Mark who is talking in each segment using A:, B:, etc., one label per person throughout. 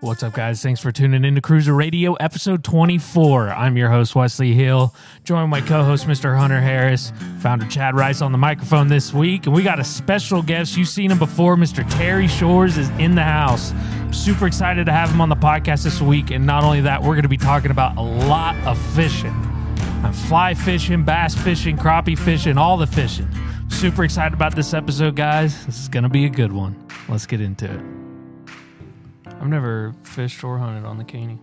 A: What's up, guys? Thanks for tuning in to Cruiser Radio, episode 24. I'm your host, Wesley Hill, joined by co host, Mr. Hunter Harris, founder Chad Rice on the microphone this week. And we got a special guest. You've seen him before. Mr. Terry Shores is in the house. I'm super excited to have him on the podcast this week. And not only that, we're going to be talking about a lot of fishing. I'm fly fishing, bass fishing, crappie fishing, all the fishing. Super excited about this episode, guys. This is going to be a good one. Let's get into it. I've never fished or hunted on the Caney.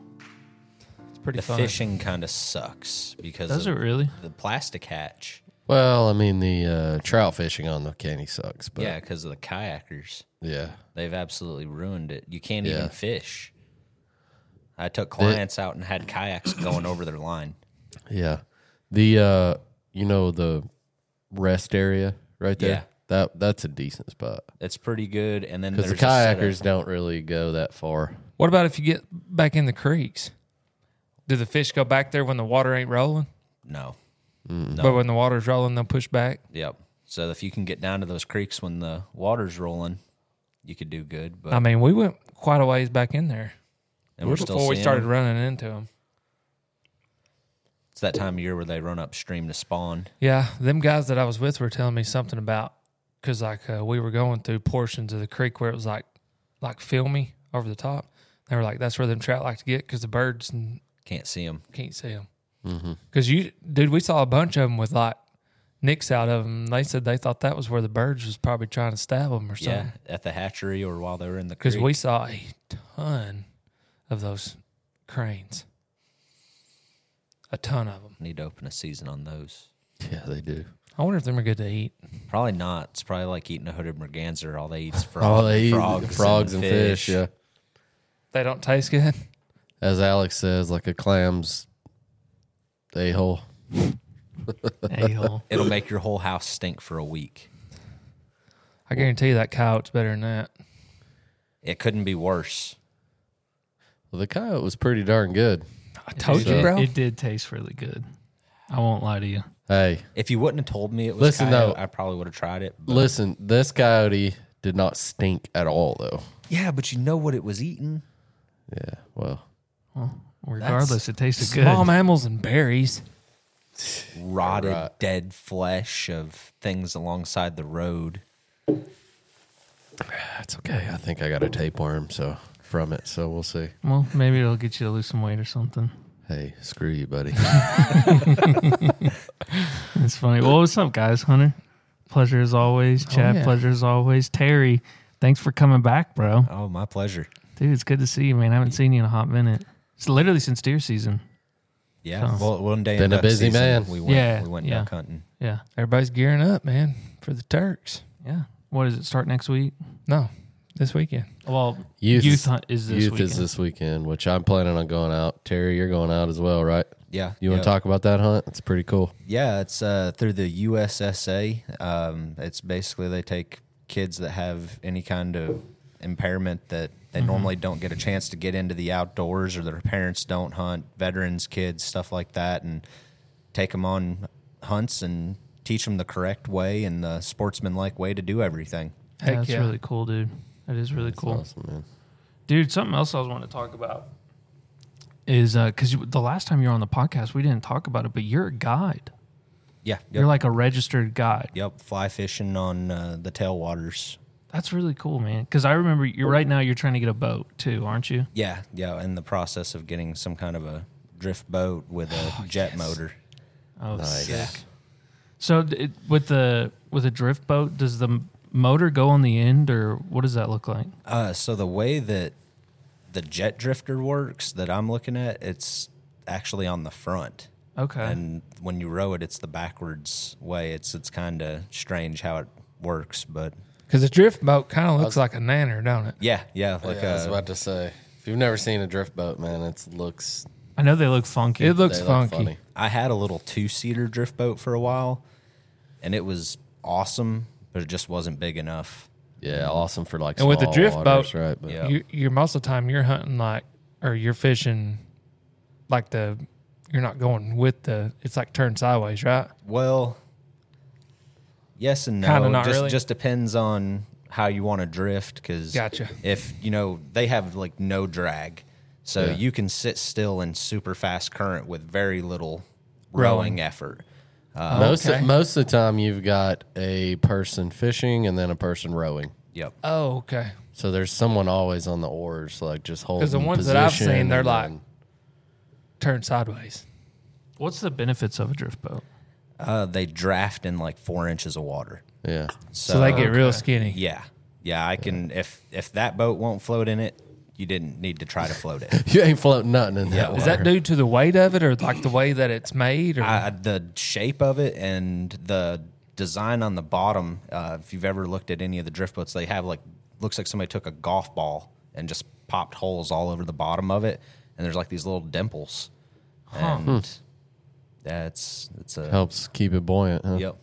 B: pretty
C: the
B: fun.
C: fishing kind of sucks because
A: Does it
C: of
A: really?
C: the plastic hatch.
B: Well, I mean the uh, trout fishing on the caney sucks, but
C: yeah, because of the kayakers,
B: yeah.
C: they've absolutely ruined it. You can't
B: Yeah.
C: even fish. I took clients out and had kayaks going over their line.
B: Yeah. The uh you know the rest area right there.
C: Yeah.
B: That that's a decent spot.
C: It's pretty good. And then
B: Cuz
C: there's
B: the
C: a setup.
B: kayakers don't really go that far.
D: What about if you get back in the creeks? Do the fish go back there when the water ain't rolling?
C: No. Oh.
D: But when the water's rolling, they'll push back.
C: Yep. So if you can get down to those creeks when the water's rolling, you could do good. But
D: I mean, we went quite a ways back in there
C: and we're still
D: before we
C: seeing
D: started
C: them.
D: running into them.
C: It's that time of year where they run upstream to spawn.
D: Yeah, them guys that I was with were telling me something about because like uh, we were going through portions of the creek where it was like like filmy over the top. They were like, "That's where them trout like to get because the birds n-
C: Can't see them.
D: can't see them." Because you, dude, we saw a bunch of them with like nicks out of them. They said they thought that was where the birds was probably trying to stab them or something.
C: Yeah, at the hatchery or while they were in the creek.
D: Because we saw a ton of those cranes, a ton of them.
C: need to open a season on those.
B: Yeah, they do.
D: I wonder if them are good to eat.
C: Probably not. It's probably like eating a hooded merganser. All they eat is frog,
B: Oh, they eat
C: frogs,
B: frogs, and, fish. yeah.
D: They don't taste good.
B: As Alex says, like a clam's a hole.
A: A-hole.
C: It'll make your whole house stink for a week.
D: I guarantee you that coyote's better than that.
C: It couldn't be worse.
B: Well, the coyote was pretty darn good.
D: I told
A: It
D: you,
A: did-
D: bro.
A: It did taste really good. I won't lie to you.
B: Hey,
C: If you wouldn't have told me it was
B: Listen,
C: coyote,
B: though.
C: I probably would have tried it. But
B: listen, this coyote did not stink at all though.
C: yeah, but you know what it was eating?
B: Yeah. Well,
A: Regardless, it tasted good.
D: Small mammals and berries.
C: Rotted,
B: Right.
C: dead flesh of things alongside the road.
B: that's okay. I think I got a tapeworm so from it, so we'll see.
A: Well, maybe it'll get you to lose some weight or something.
B: Hey, screw you, buddy.
A: It's funny. Well, what's up, guys? Hunter, pleasure as always. Chad,
D: Oh, yeah.
A: pleasure as always. Terry, thanks for coming back, bro.
C: Oh, my pleasure.
A: Dude, it's good to see you, man. I haven't seen you in a hot minute. It's literally since deer season.
C: Yeah. Well, one day in
B: Been a
C: duck
B: busy
C: season,
B: man.
C: We went,
A: Yeah,
C: we went
A: yeah.
C: duck hunting.
A: Yeah.
D: Everybody's gearing up, man, for the Turks.
A: Yeah. What does it start next week?
D: No, this weekend.
A: Well,
B: Youth
A: youth,
B: is-
A: hunt is this
B: Youth
A: weekend.
B: is this weekend, which I'm planning on going out. Terry, you're going out as well, right?
C: Yeah.
B: You want
C: yeah.
B: to talk about that hunt? It's pretty cool.
C: Yeah, it's uh, through the USSA. Um, it's basically they take kids that have any kind of impairment that they normally don't get a chance to get into the outdoors or their parents don't hunt, veterans, kids, stuff like that, and take them on hunts and teach them the correct way and the sportsmanlike way to do everything.
A: Yeah,
D: Heck
A: that's
D: yeah.
A: really cool, dude. That is really cool.
B: Awesome, man.
A: Dude, something else I was wanting to talk about is because the last time you were on the podcast, we didn't talk about it, but you're a guide.
C: Yeah, yep,
A: You're like a registered guide.
C: yep, fly fishing on uh, the tailwaters.
A: That's really cool, man. Because I remember you right now you're trying to get a boat too, aren't you?
C: Yeah, yeah, in the process of getting some kind of a drift boat with a jet motor.
A: Oh,
B: Nice.
A: sick. So d- it, with the with a drift boat, does the m- motor go on the end, or what does that look like?
C: Uh, so the way that the jet drifter works that I'm looking at, it's actually on the front.
A: Okay.
C: And when you row it, it's the backwards way. It's it's kind of strange how it works, but
D: Because a drift boat kind of looks like a nanner, don't it?
C: yeah, yeah, like
B: I was
C: uh,
B: about to say, if you've never seen a drift boat, man, it looks
A: I know they look funky.
D: It looks funky.
B: funny.
C: I had a little two seater drift boat for a while, and it was awesome, but it just wasn't big enough.
B: Yeah, awesome for like
D: And with the
B: small
D: drift
B: waters,
D: boat-
B: right? But
C: Yeah.
D: you, you're most of the time you're hunting like or you're fishing like the you're not going with the it's like turned sideways right
C: Well, yes and no.
D: Kinda not
C: just
D: really.
C: just depends on how you want to drift because
D: Gotcha.
C: if you know they have like no drag, so
B: Yeah.
C: you can sit still in super fast current with very little
D: Rowing.
C: rowing effort.
B: most
D: Oh, okay.
B: most of the time, you've got a person fishing and then a person rowing.
C: Yep.
D: Oh, okay.
B: So there's someone always on the oars, like just holding.
D: Because the ones that I've
B: position
D: seen, they're
B: and
D: like
B: then-
D: turn sideways.
A: What's the benefits of a drift boat?
C: Uh, they draft in like four inches of water.
B: yeah,
D: So, they get real skinny.
C: Yeah, yeah. I can if if that boat won't float in it, you didn't need to try to float it.
B: you ain't floating nothing in that.
D: Is that due to the weight of it, or like the way that it's made? Or
C: I, the shape of it and the design on the bottom. Uh, if you've ever looked at any of the drift boats, they have like looks like somebody took a golf ball and just popped holes all over the bottom of it, and there's like these little dimples. And that's it's a
B: helps keep it buoyant? Huh?
C: yep.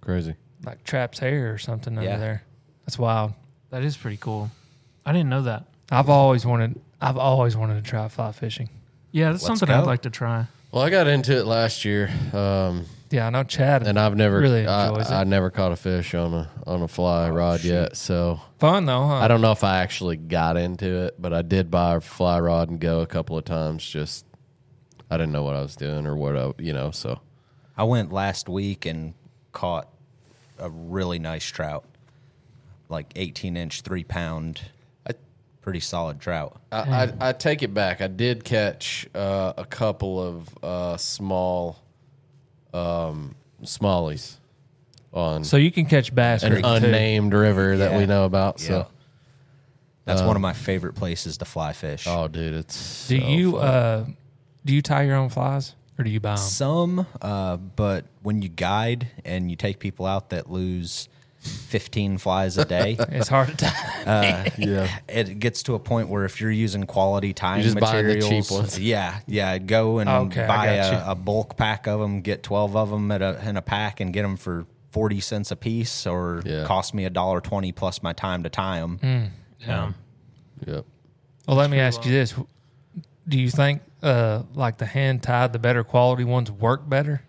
B: crazy.
D: like traps hair or something
C: Yeah.
D: under there. That's wild.
A: That is pretty cool. I didn't know that.
D: I've always wanted. I've always wanted to try fly fishing.
A: Yeah, that's
C: Let's
A: something
C: go.
A: I'd like to try.
B: Well, I got into it last year, um,
D: Yeah, I know Chad.
B: and I've never
D: Really enjoys it.
B: I, I never caught a fish on a on a fly rod yet. So
D: Fun though, huh?
B: I don't know if I actually got into it, but I did buy a fly rod and go a couple of times. Just I didn't know what I was doing or what I, you know. So
C: I went last week and caught a really nice trout, like 18 inch, three pound, pretty solid trout.
B: I, I, I take it back. I did catch uh, a couple of uh, small um, smallies on
D: So you can catch bass
B: an
D: creek too.
B: unnamed river that we
C: Yeah.
B: know about. So,
C: That's one of my favorite places to fly fish.
B: oh, dude, it's
D: Do
B: so
D: you
B: fun.
D: uh, do you tie your own flies or do you buy them?
B: Uh-huh.
C: Some, uh, but when you guide and you take people out that lose 15 flies a day,
D: It's hard to tie.
B: yeah,
C: it gets to a point where if you're using quality tying
B: just buying the
C: materials,
B: cheap ones.
C: yeah, yeah, go and
D: Okay, I
C: buy
D: got
C: a, a bulk pack of them, get twelve of them at a, in a pack, and get them for forty cents a piece, or
B: Yeah. Hmm.
C: cost me a dollar twenty plus my time to tie them.
A: Yeah.
B: yep.
D: Well, let me ask you this: Do you think uh, like the hand tied, the better quality ones work better?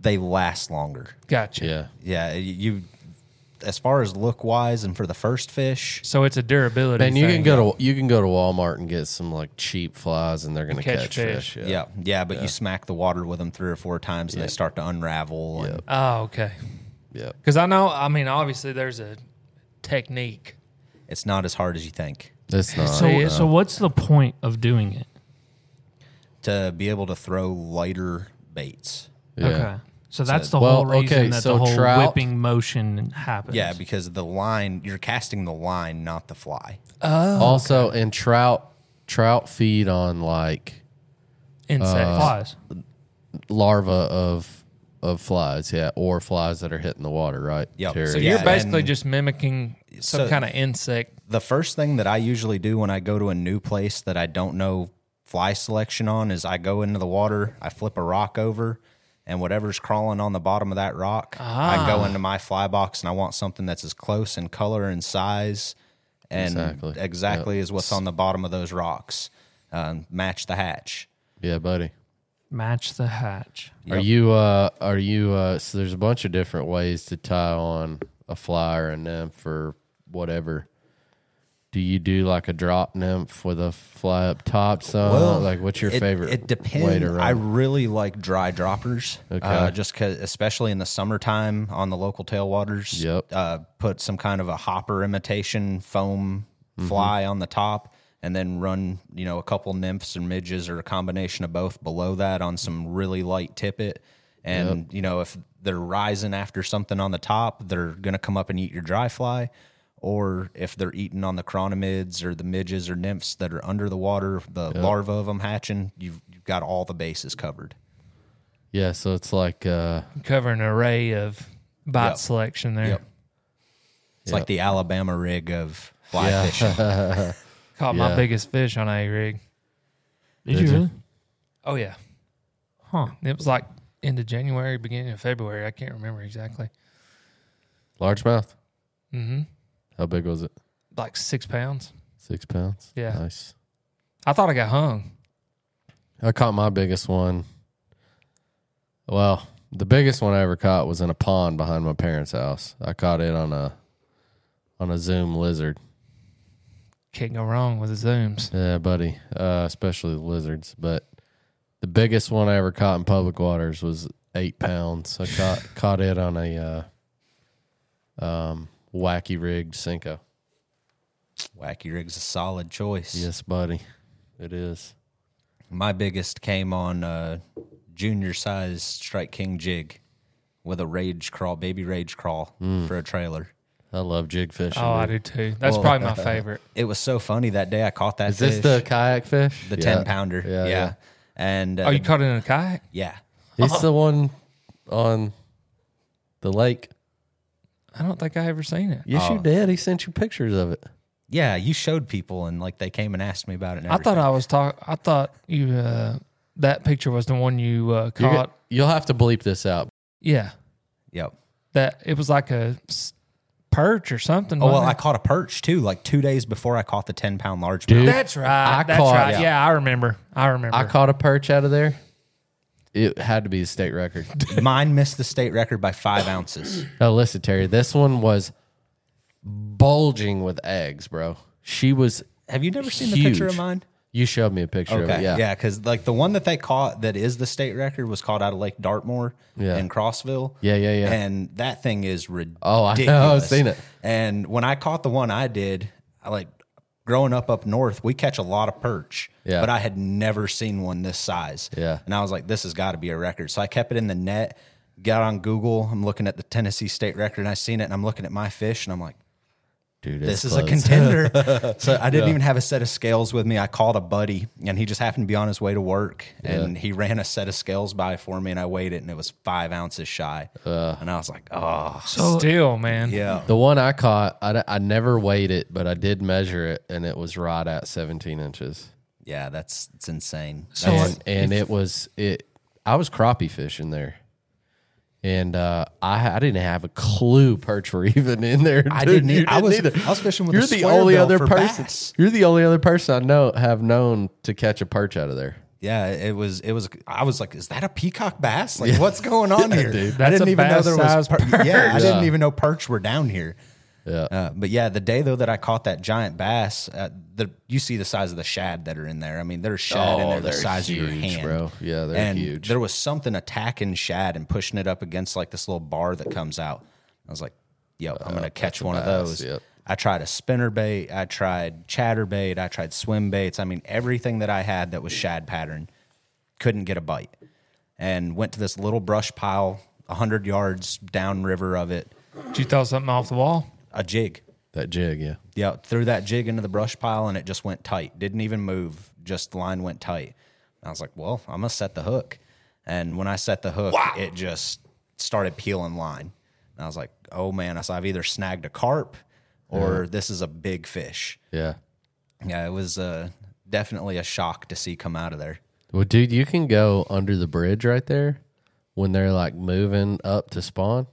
C: They last longer.
D: Gotcha.
B: yeah,
C: Yeah, you. As far as look wise, and for the first fish,
D: So it's a durability.
B: And you
D: thing.
B: can go to you can go to Walmart and get some like cheap flies, and they're gonna
D: Catch
B: catch,
D: fish.
B: fish.
C: yeah, yeah, but you smack the water with them three or four times, and they start to unravel. and-
D: Oh, okay.
B: Yep.
D: Because I know. I mean, obviously, there's a technique.
C: it's not as hard as you think.
B: It's not.
A: So, so what's the point of doing it?
C: to be able to throw lighter baits.
B: yeah.
A: Okay. So that's the
B: well,
A: whole reason
B: okay,
A: that
B: so
A: the whole
B: trout-
A: whipping motion happens.
C: Yeah, because the line you're casting the line, not the fly.
B: Also, and trout trout feed on like Uh,
D: Insect.
A: Flies.
B: larvae of of flies, yeah, or flies that are hitting the water, right?
C: Yep.
B: Terry?
C: So
D: You're
C: Yeah,
D: basically
C: and-
D: just mimicking some
C: So-
D: kind of insect.
C: The first thing that I usually do when I go to a new place that I don't know fly selection on is I go into the water, I flip a rock over, and whatever's crawling on the bottom of that rock, I
B: Ah.
C: go into my fly box and I want something that's as close in color and size and
B: Exactly.
C: exactly, as what's on the bottom of those rocks. Um, match the hatch.
B: Yeah, buddy.
A: Match the hatch.
B: Are you uh are you uh so there's a bunch of different ways to tie on a fly or a nymph or whatever. Do you do like a drop nymph with a fly up top some? Uh, like what's your
C: it,
B: favorite
C: It
B: way to
C: depends.
B: run?
C: I really like dry droppers.
B: Okay.
C: Uh, just 'cause- especially in the summertime on the local tailwaters.
B: Yep.
C: Uh, put some kind of a hopper imitation foam fly on the top, and then run you know a couple nymphs and midges or a combination of both below that on some really light tippet. And you know if they're rising after something on the top, they're gonna come up and eat your dry fly. Or if they're eating on the chronomids or the midges or nymphs that are under the water, the larvae of them hatching, you've, you've got all the bases covered.
B: yeah, so it's like uh
D: Cover an array of bite
C: Yep.
D: selection there.
C: Yep. It's like the Alabama rig of fly fishing.
D: Caught my
B: Yeah.
D: biggest fish on a rig.
A: Did, you really?
D: Oh yeah.
A: Huh.
D: It was like end of January, beginning of February. I can't remember exactly.
B: largemouth.
D: hmm
B: How big was it?
D: Like six pounds.
B: Six pounds.
D: Yeah.
B: Nice.
D: I thought I got hung.
B: I caught my biggest one. Well, the biggest one I ever caught was in a pond behind my parents' house. I caught it on a on a Zoom lizard.
D: Can't go wrong with the zooms.
B: Yeah, buddy. Uh, especially the lizards. But the biggest one I ever caught in public waters was eight pounds. I caught caught it on a uh, um, wacky rigged Cinco.
C: Wacky Rig's a solid choice.
B: Yes, buddy. It is.
C: My biggest came on a junior size Strike King jig with a rage crawl, baby rage crawl
B: Mm.
C: for a trailer.
B: I love jig fishing.
D: Oh, I
B: dude.
D: do too. That's
C: Well,
D: probably my favorite.
C: It was so funny that day. I caught that.
B: Is this
C: fish,
B: the kayak fish?
C: the
B: Yeah.
C: ten pounder?
B: Yeah,
C: Yeah,
B: yeah.
C: and uh,
D: Oh, you caught it in a kayak?
C: yeah,
B: He's the one on the lake. Oh.
D: I don't think I ever seen it.
B: Yes, you did. He sent you pictures of it.
C: yeah. You showed people, and like they came and asked me about it. And
D: I thought
C: everything.
D: I was talk. I thought you uh, that picture was the one you uh,
B: You're go-
D: caught.
B: You'll have to bleep this out.
D: Yeah,
C: Yep.
D: that it was like a s- perch or something.
C: Oh well, I
D: wasn't
C: caught a perch too, like two days before I caught the ten pound largemouth.
D: it?
B: Dude,
D: that's right.
B: I
D: that's
B: caught-
D: right. Yeah. I remember. I remember.
B: I caught a perch out of there. It had to be a state record.
C: Mine missed the state record by five ounces.
B: No, listen, Terry. This one was bulging with eggs, bro. She was.
C: Have you never seen the picture
B: Huge.
C: of mine?
B: You showed me a picture of
C: Okay,
B: it.
C: yeah,
B: Yeah.
C: because like the one that they caught that is the state record was caught out of Lake Dartmoor
B: Yeah.
C: in Crossville.
B: Yeah, yeah, yeah.
C: And that thing is ridiculous.
B: Oh, I know. I've seen it.
C: And when I caught the one I did, I like growing up up north, we catch a lot of perch.
B: Yeah.
C: But I had never seen one this size.
B: Yeah.
C: And I was like, this has got to be a record. So I kept it in the net. Got on Google. I'm looking at the Tennessee state record, and I seen it, and I'm looking at my fish, and I'm like,
B: Dude,
C: this
B: it's
C: is a
B: close.
C: contender. so I didn't even have a set of scales with me. I called a buddy and he just happened to be on his way to work and he ran a set of scales by for me and I weighed it and it was five ounces shy. and I was like, oh,
D: Still, man.
C: yeah.
B: The one I caught, I, I never weighed it, but I did measure it, and it was right at 17 inches.
C: Yeah, that's it's insane.
D: So
C: That's-
B: and, and it was it. I was crappie fishing there, and uh, I I didn't have a clue perch were even in there.
C: I
B: dude.
C: didn't
B: You
C: either. I was-
B: either.
C: I was fishing with a
B: You're the
C: swear
B: only
C: bill
B: other
C: for
B: person.
C: bass.
B: You're the only other person I know have known to catch a perch out of there.
C: yeah, it was it was I was like, is that a peacock bass? Like what's going on here?
B: dude.
C: I
D: That's a
C: didn't even know there was
D: bass-sized
C: per- Yeah, I
B: Yeah.
C: didn't even know perch were down here.
B: Yeah.
C: Uh, but yeah, the day though that I caught that giant bass, uh, the you see the size of the shad that are in there. I mean, there's shad in
B: Oh,
C: there the
B: they're
C: size of your
B: huge,
C: hand,
B: bro. Yeah, they're
C: and
B: huge.
C: There was something attacking shad and pushing it up against like this little bar that comes out. I was like, "Yo, I'm gonna catch one of
B: Uh, bass,
C: those."
B: yep.
C: I tried a spinner bait. I tried chatter bait. I tried swim baits. I mean, everything that I had that was shad pattern couldn't get a bite and went to this little brush pile 100 yards downriver of it,
D: Did you throw something off the wall?
C: a jig.
B: That jig, yeah.
C: Yeah, threw that jig into the brush pile and it just went tight. Didn't even move. Just the line went tight. And I was like, well, I'm gonna set the hook. And when I set the hook, it just started peeling line. And I was like, oh man, I said, I've either snagged a carp or this is a big fish.
B: Yeah.
C: Yeah, it was uh, definitely a shock to see come out of there.
B: Well, dude, you can go under the bridge right there when they're like moving up to spawn,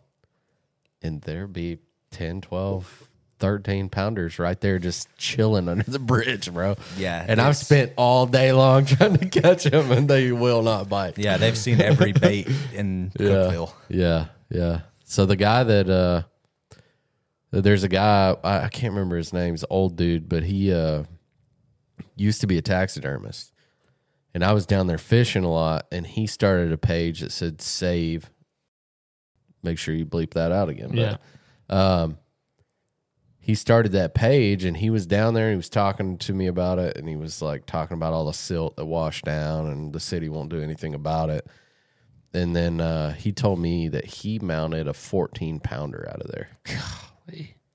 B: and there be 10, 12, 13 pounders right there just chilling under the bridge, bro.
C: Yeah,
B: And I've
C: it's-
B: spent all day long trying to catch them, and they will not bite.
C: Yeah, they've seen every bait in Cookville.
B: Yeah, yeah. So the guy that uh there's a guy I, I can't remember his name, he's an old dude, but he uh used to be a taxidermist. And I was down there fishing a lot and he started a page that said save. Make sure you bleep that out again. but,
A: Yeah.
B: um he started that page and he was down there and he was talking to me about it and he was like talking about all the silt that washed down and the city won't do anything about it and then uh, he told me that he mounted a 14 pounder out of there.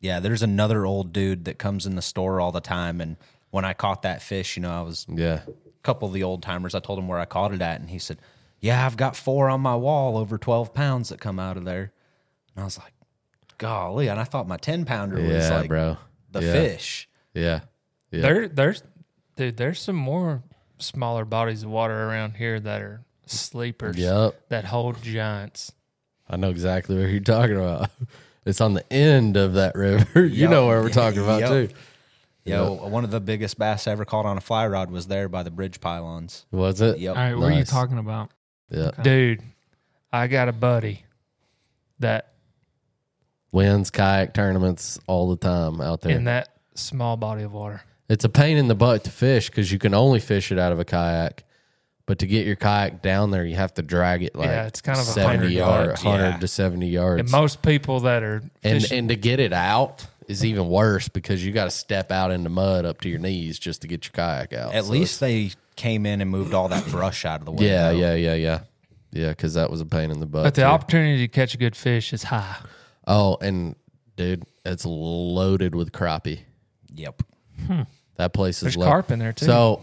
C: Yeah, there's another old dude that comes in the store all the time. And when I caught that fish, you know, I was
B: Yeah,
C: couple of the old timers. I told him where I caught it at, and he said, "Yeah, I've got four on my wall over twelve pounds that come out of there." And I was like, "Golly!" And I thought my ten pounder was
B: yeah,
C: like
B: bro.
C: the
B: yeah.
C: fish.
B: Yeah, yeah.
D: There, there's, dude. There's some more smaller bodies of water around here that are sleepers.
B: Yep,
D: That hold giants.
B: I know exactly what you're talking about. It's on the end of that river. you know what we're talking about
C: Yep.
B: too.
C: Yeah, well, one of the biggest bass I ever caught on a fly rod was there by the bridge pylons.
B: Was it?
C: Yep.
A: All right, what are you
B: Nice.
A: talking about?
B: Yeah.
D: Dude, I got a buddy that
B: wins kayak tournaments all the time out there.
D: in that small body of water.
B: it's a pain in the butt to fish because you can only fish it out of a kayak. But to get your kayak down there, you have to drag it like
D: Yeah, it's kind of a
B: 70
D: hundred
B: yards,
D: yards,
B: 100
D: yeah.
B: to 70 yards.
D: And most people that are
B: and
D: fishing,
B: and to get it out is even worse because you got to step out in the mud up to your knees just to get your kayak out.
C: At
B: So
C: least they came in and moved all that brush out of the way.
B: it's- yeah,
C: though.
B: yeah, yeah, yeah, yeah, because that was a pain in the butt.
D: but the
B: too.
D: opportunity to catch a good fish is high.
B: oh, and dude, it's loaded with crappie.
C: Yep.
B: That place
D: There's
B: is loaded.
D: carp in there too.
B: So,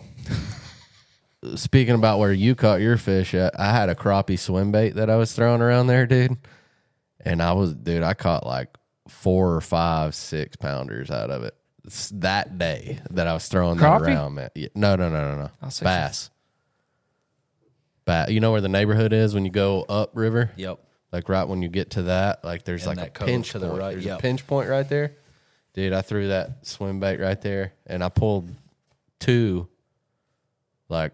B: speaking about where you caught your fish at, I had a crappie swim bait that I was throwing around there, dude. And I was, dude, I caught like four or five, six pounders out of it It's that day that I was throwing that
D: Crappie?
B: around, man. Yeah, no, no, no, no, no.
D: I'll say
B: Bass. Bass. You know where the neighborhood is when you go up river?
C: Yep.
B: Like right when you get to that, like there's
C: And that
B: like a
C: cove
B: pinch
C: to the
B: point.
C: right,
B: There's
C: yep.
B: a pinch point right there. Dude, I threw that swim bait right there and I pulled two like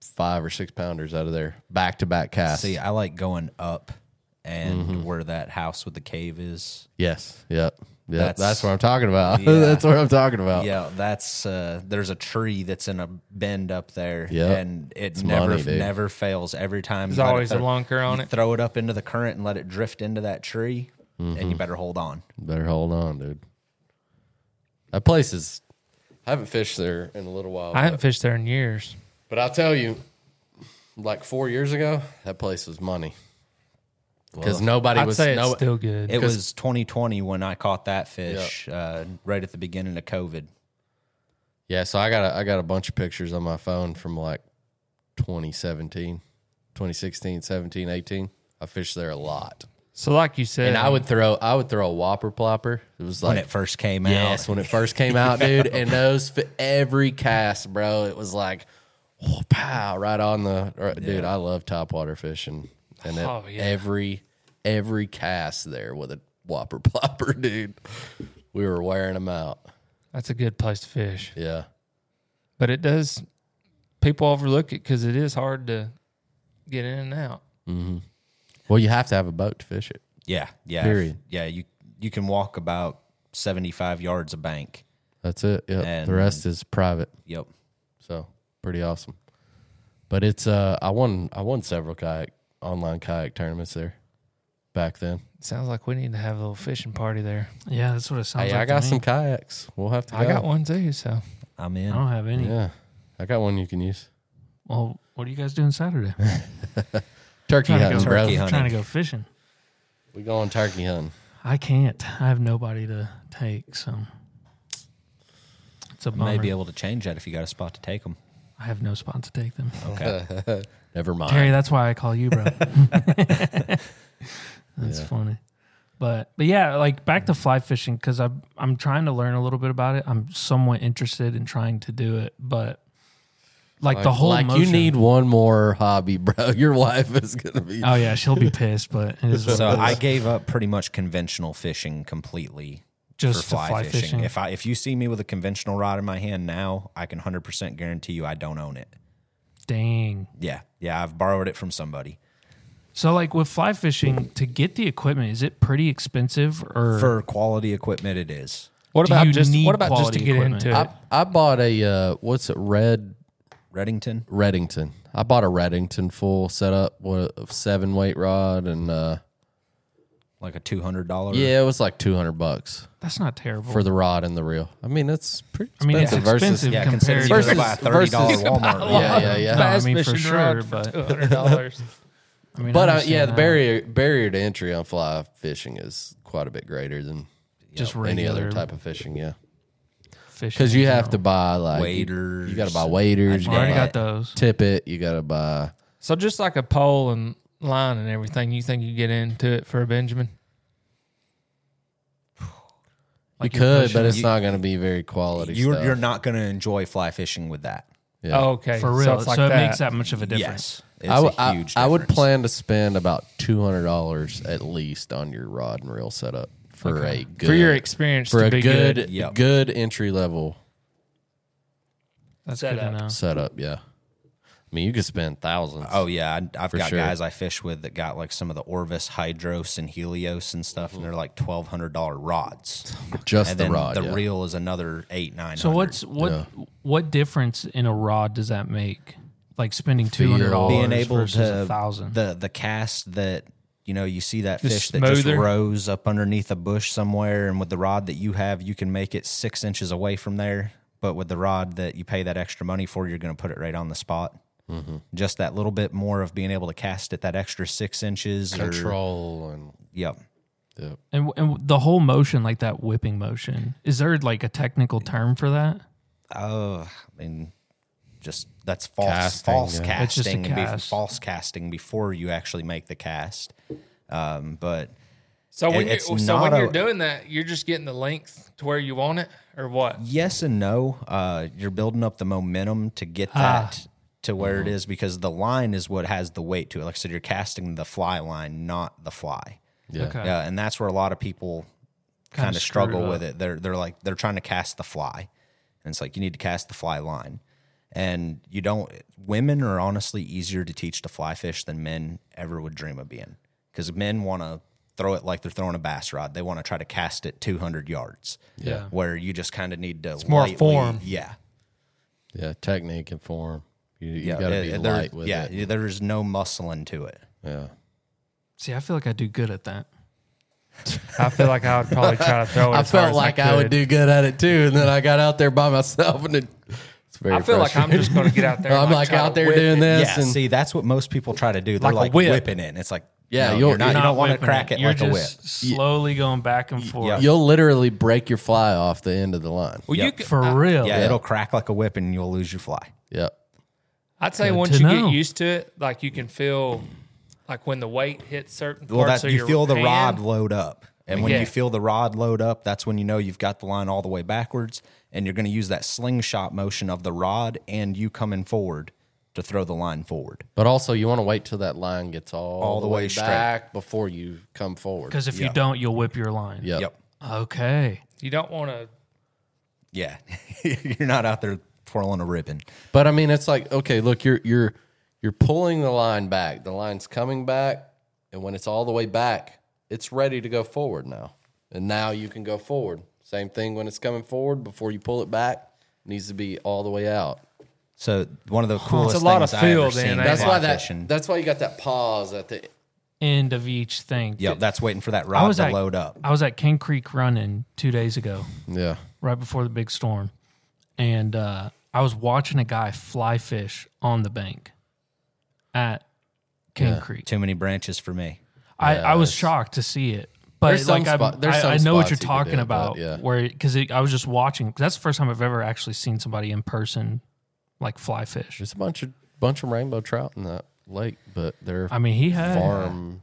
B: five or six pounders out of there back to back cast.
C: See, I like going up and
B: Mm-hmm.
C: where that house with the cave is.
B: Yes. Yep. Yep. That's,
C: That's-
B: what I'm talking about.
C: Yeah.
B: that's what I'm talking about.
C: Yeah, that's uh, there's a tree that's in a bend up there,
B: Yep.
C: and it
B: It's
C: never
B: money, dude.
C: never fails every time.
D: There's
C: you let it
D: always a
C: throw-
D: lunker on
C: you
D: it.
C: Throw it up into the current and let it drift into that tree,
B: Mm-hmm.
C: and you better hold on.
B: Better hold on, dude. That place is I haven't fished there in a little while.
D: I
B: but-
D: haven't fished there in years.
B: But I'll tell you, like four years ago, that place was money because nobody
D: I'd
B: was
D: say it's
B: no.
D: still good.
C: It was 2020 when I caught that fish, uh, right at the beginning of COVID.
B: yeah, so I got a, I got a bunch of pictures on my phone from like 2017, 2016, 17, 18. I fished there a lot,
D: so, like you said,
B: and I would throw I would throw a whopper plopper. It was
C: When
B: like
C: it first came
B: yes,
C: out,
B: when it first came out, dude. And those fi- every cast, bro, it was like. whoa, Pow! Right on the right, dude. I love topwater fishing, and it,
D: Oh, yeah.
B: every every cast there with a whopper plopper, dude. We were wearing them out.
D: that's a good place to fish.
B: Yeah,
D: But it does, people overlook it because it is hard to get in and out.
B: Mm-hmm. Well, you have to have a boat to fish it.
C: yeah, yeah,
B: Period.
C: yeah. You you can walk about 75 yards of bank.
B: That's it. Yeah. The
C: And-
B: rest is private.
C: Yep.
B: So pretty awesome. But it's uh I won I won several kayak online kayak tournaments there back then.
D: Sounds like we need to have a little fishing party there.
A: Yeah, that's what it sounds
B: Hey,
A: like.
B: I
A: to
B: got
A: me.
B: some kayaks. We'll have to
D: I
B: go.
D: got one too, so
C: I'm
A: I
C: in.
D: Oh,
A: don't have any.
B: Yeah. I got one you can use.
A: Well, what are you guys doing Saturday?
B: Turkey
A: Trying to
B: hunting,
A: go,
B: bro.
C: turkey hunting.
A: trying to go fishing.
B: We going turkey hunting.
A: I can't. I have nobody to take, so it's a
C: I
A: bummer.
C: may be able to change that if you got a spot to take them.
A: I have no spot to take them.
C: Okay.
B: Never mind.
A: Terry, that's why I call you, bro. that's funny. But but yeah, like back to fly fishing because I I'm trying to learn a little bit about it. I'm somewhat interested in trying to do it, but like, the whole
B: like you
A: motion-
B: need one more hobby, bro. Your wife is gonna be
A: Oh yeah, she'll be pissed, but it is what
C: so
A: it is.
C: I gave up pretty much conventional fishing completely
A: just
C: for
A: to
C: fly, fishing. If I if you see me with a conventional rod in my hand now, I can hundred percent guarantee you I don't own it.
A: Dang.
C: Yeah, yeah, I've borrowed it from somebody
A: So like with fly fishing, to get the equipment, is it pretty expensive or
C: for quality equipment. It is.
D: what
A: Do
D: about
A: you
D: just
A: need
D: what about just
A: quality
D: to get
A: equipment?
D: into it?
B: I, I bought a uh, what's it red
C: Reddington.
B: Reddington. I bought a Reddington full setup with a seven weight rod and uh,
C: Like a two hundred
A: Oh,
C: dollar.
B: yeah, it was like two hundred bucks
A: that's not terrible.
B: for the rod and the reel. I mean, that's pretty
A: I
B: expensive.
A: mean it's
B: versus,
A: expensive
C: yeah. Consider
A: compared
C: you
A: to
C: go buy a thirty
B: Versus-
C: dollar
B: versus-
C: Walmart. rod.
B: Yeah, yeah, yeah.
A: No, I mean for sure, but
D: $200.
A: I mean,
B: But
A: I
B: uh, yeah, the
A: understand that.
B: barrier barrier to entry on fly fishing is quite a bit greater than
A: just
B: any
A: regular
B: other type of fishing. Yeah,
A: fishing
B: because you
A: in
B: have to
A: general.
B: buy like
C: Waders.
B: You got to buy waders. You
A: I already got
B: gotta buy
A: those.
B: tippet. You got to buy.
D: So just like a pole and line and everything, you think you get into it for a Benjamin?
A: Like
B: you
A: you're
B: could,
A: pushing-
B: but it's
C: You-
B: not going to be very quality.
C: You're
B: stuff.
C: you're not going to enjoy fly fishing with that.
B: Yeah.
D: Oh, okay.
A: for real. So,
D: So, it's like
A: it
D: that.
A: makes that much of a difference.
C: Yes, it's
B: I would-
C: a
B: I-
C: huge.
B: I would
C: difference.
B: plan to spend about two hundred dollars at least on your rod and reel setup for a good
D: for your experience
B: for
D: to
B: a
D: be
B: good
D: good.
B: good,
C: Yep.
B: entry level
A: That's good to know.
B: setup. Yeah, I mean, you could spend thousands.
C: Oh yeah, I, I've
B: For
C: got
B: sure.
C: guys I fish with that got like some of the Orvis, Hydros, and Helios and stuff, and they're like twelve hundred dollar rods.
B: just
C: and
B: the
C: then
B: rod.
C: the
B: yeah.
C: reel is another eight nine.
A: So what's what what difference in a rod does that make? Like spending two hundred dollars
C: being able
A: versus
C: to
A: a thousand.
C: the the cast that you know you see that
D: Just
C: fish that just
D: smoother.
C: rose up underneath a bush somewhere, and with the rod that you have, you can make it six inches away from there. But with the rod that you pay that extra money for, you're going to put it right on the spot.
B: Mm-hmm.
C: Just that little bit more of being able to cast it that extra six inches. Or,
B: control and
C: yep.
B: yeah.
A: and and the whole motion, like that whipping motion, is there like a technical term for that?
C: Oh, I mean, just that's false,
B: Casting,
C: false
B: yeah.
A: It's just a
C: casting, be-
A: cast.
C: false casting before you actually make the cast. Um, but
D: So when
C: It- it's
D: you so when
C: not a-
D: you're doing that, you're just getting the length to where you want it, or what?
C: yes and no, uh, you're building up the momentum to get
A: Ah.
C: that to where
A: Mm-hmm.
C: it is because the line is what has the weight to it. Like I said, you're casting the fly line, not the fly.
B: Yeah.
A: Okay.
C: Yeah, and that's where a lot of people
A: Kinda
C: kind of
A: screw
C: struggle
A: it
C: with it. They're they're like they're trying to cast the fly, and it's like you need to cast the fly line, and you don't. Women are honestly easier to teach to fly fish than men ever would dream of being, because men want to throw it like they're throwing a bass rod. They want to try to cast it 200 yards.
A: Yeah.
C: where you just kind of need to it's
D: more form.
C: Yeah,
B: Yeah, technique and form. You, you
C: yeah.
B: gotta be
C: Uh, there-
B: light with
C: yeah,
B: it.
C: there's no muscling to it.
B: Yeah.
A: See, I feel like I do good at that.
D: I feel like I would probably try to throw it.
B: I
D: as hard
B: felt
D: as
B: like I,
D: could.
B: would do good at it too, and then I got out there by myself, and it, it's very.
D: I feel like I'm just going to get out there. and,
B: I'm like
D: try to
B: out there
D: whip
B: doing
D: it.
B: this,
C: Yeah,
B: and
C: see, that's what most people try to do. They're like,
D: Like a whip.
C: whipping it. It's like,
B: Yeah,
C: no,
B: you'll-
C: you're not,
B: you're
C: you
A: Not
C: don't want to
A: whipping
C: crack it,
A: You're
C: like a whip.
A: just slowly going back and forth.
B: you'll literally break your fly off the end of the line.
D: Well, you
C: Yep.
D: could,
A: For real.
C: Yeah, it'll crack like a whip and you'll lose your fly.
B: Yep.
D: I'd say
A: Good
D: once
A: to
D: you
A: know.
D: get used to it, like you can feel, like when the weight hits certain
C: Well,
D: parts
C: that
D: of
C: you
D: your
C: feel the
D: hand,
C: rod load up. And when
D: Yeah.
C: you feel the rod load up, that's when you know you've got the line all the way backwards and you're going to use that slingshot motion of the rod and you coming forward to throw the line forward.
B: But also, you want to wait till that line gets all,
C: All the way straight.
B: back before you come forward.
A: Because if
C: Yeah.
A: you don't, you'll whip your line.
B: Yep.
C: Yep.
A: Okay.
D: You don't want to.
C: Yeah. you're not out there twirling a ribbon.
B: But I mean, it's like okay, look, you're you're you're pulling the line back. The line's coming back, and when it's all the way back, it's ready to go forward now. And now you can go forward. Same thing when it's coming forward. Before you pull it back, it needs to be all the way out.
C: So one of the coolest
D: lot
C: things
D: of
C: I've ever
D: feel then,
C: seen.
D: ain't
B: That's
D: it?
C: fly
B: why that.
C: fishing.
B: That's why you got that pause at the.
A: End of each thing.
C: Yep, that's waiting for that
A: I
C: rod
A: was
C: to
A: at
C: load up.
A: I was at King Creek running two days ago.
B: Yeah.
A: right before the big storm, and uh, I was watching a guy fly fish on the bank at King Creek.
C: Too many branches for me.
A: I, I was shocked to see it, but
B: There's some
A: like I'm-
B: spot- there's
A: I,
B: some
A: I know what
B: spots
A: you're
B: you could
A: talking
B: do it, but
A: about,
B: yeah.
A: where because I was just watching. 'cause that's the first time I've ever actually seen somebody in person like fly fish.
B: There's a bunch of bunch of rainbow trout in that lake, but they're
A: I mean, he had
B: farm.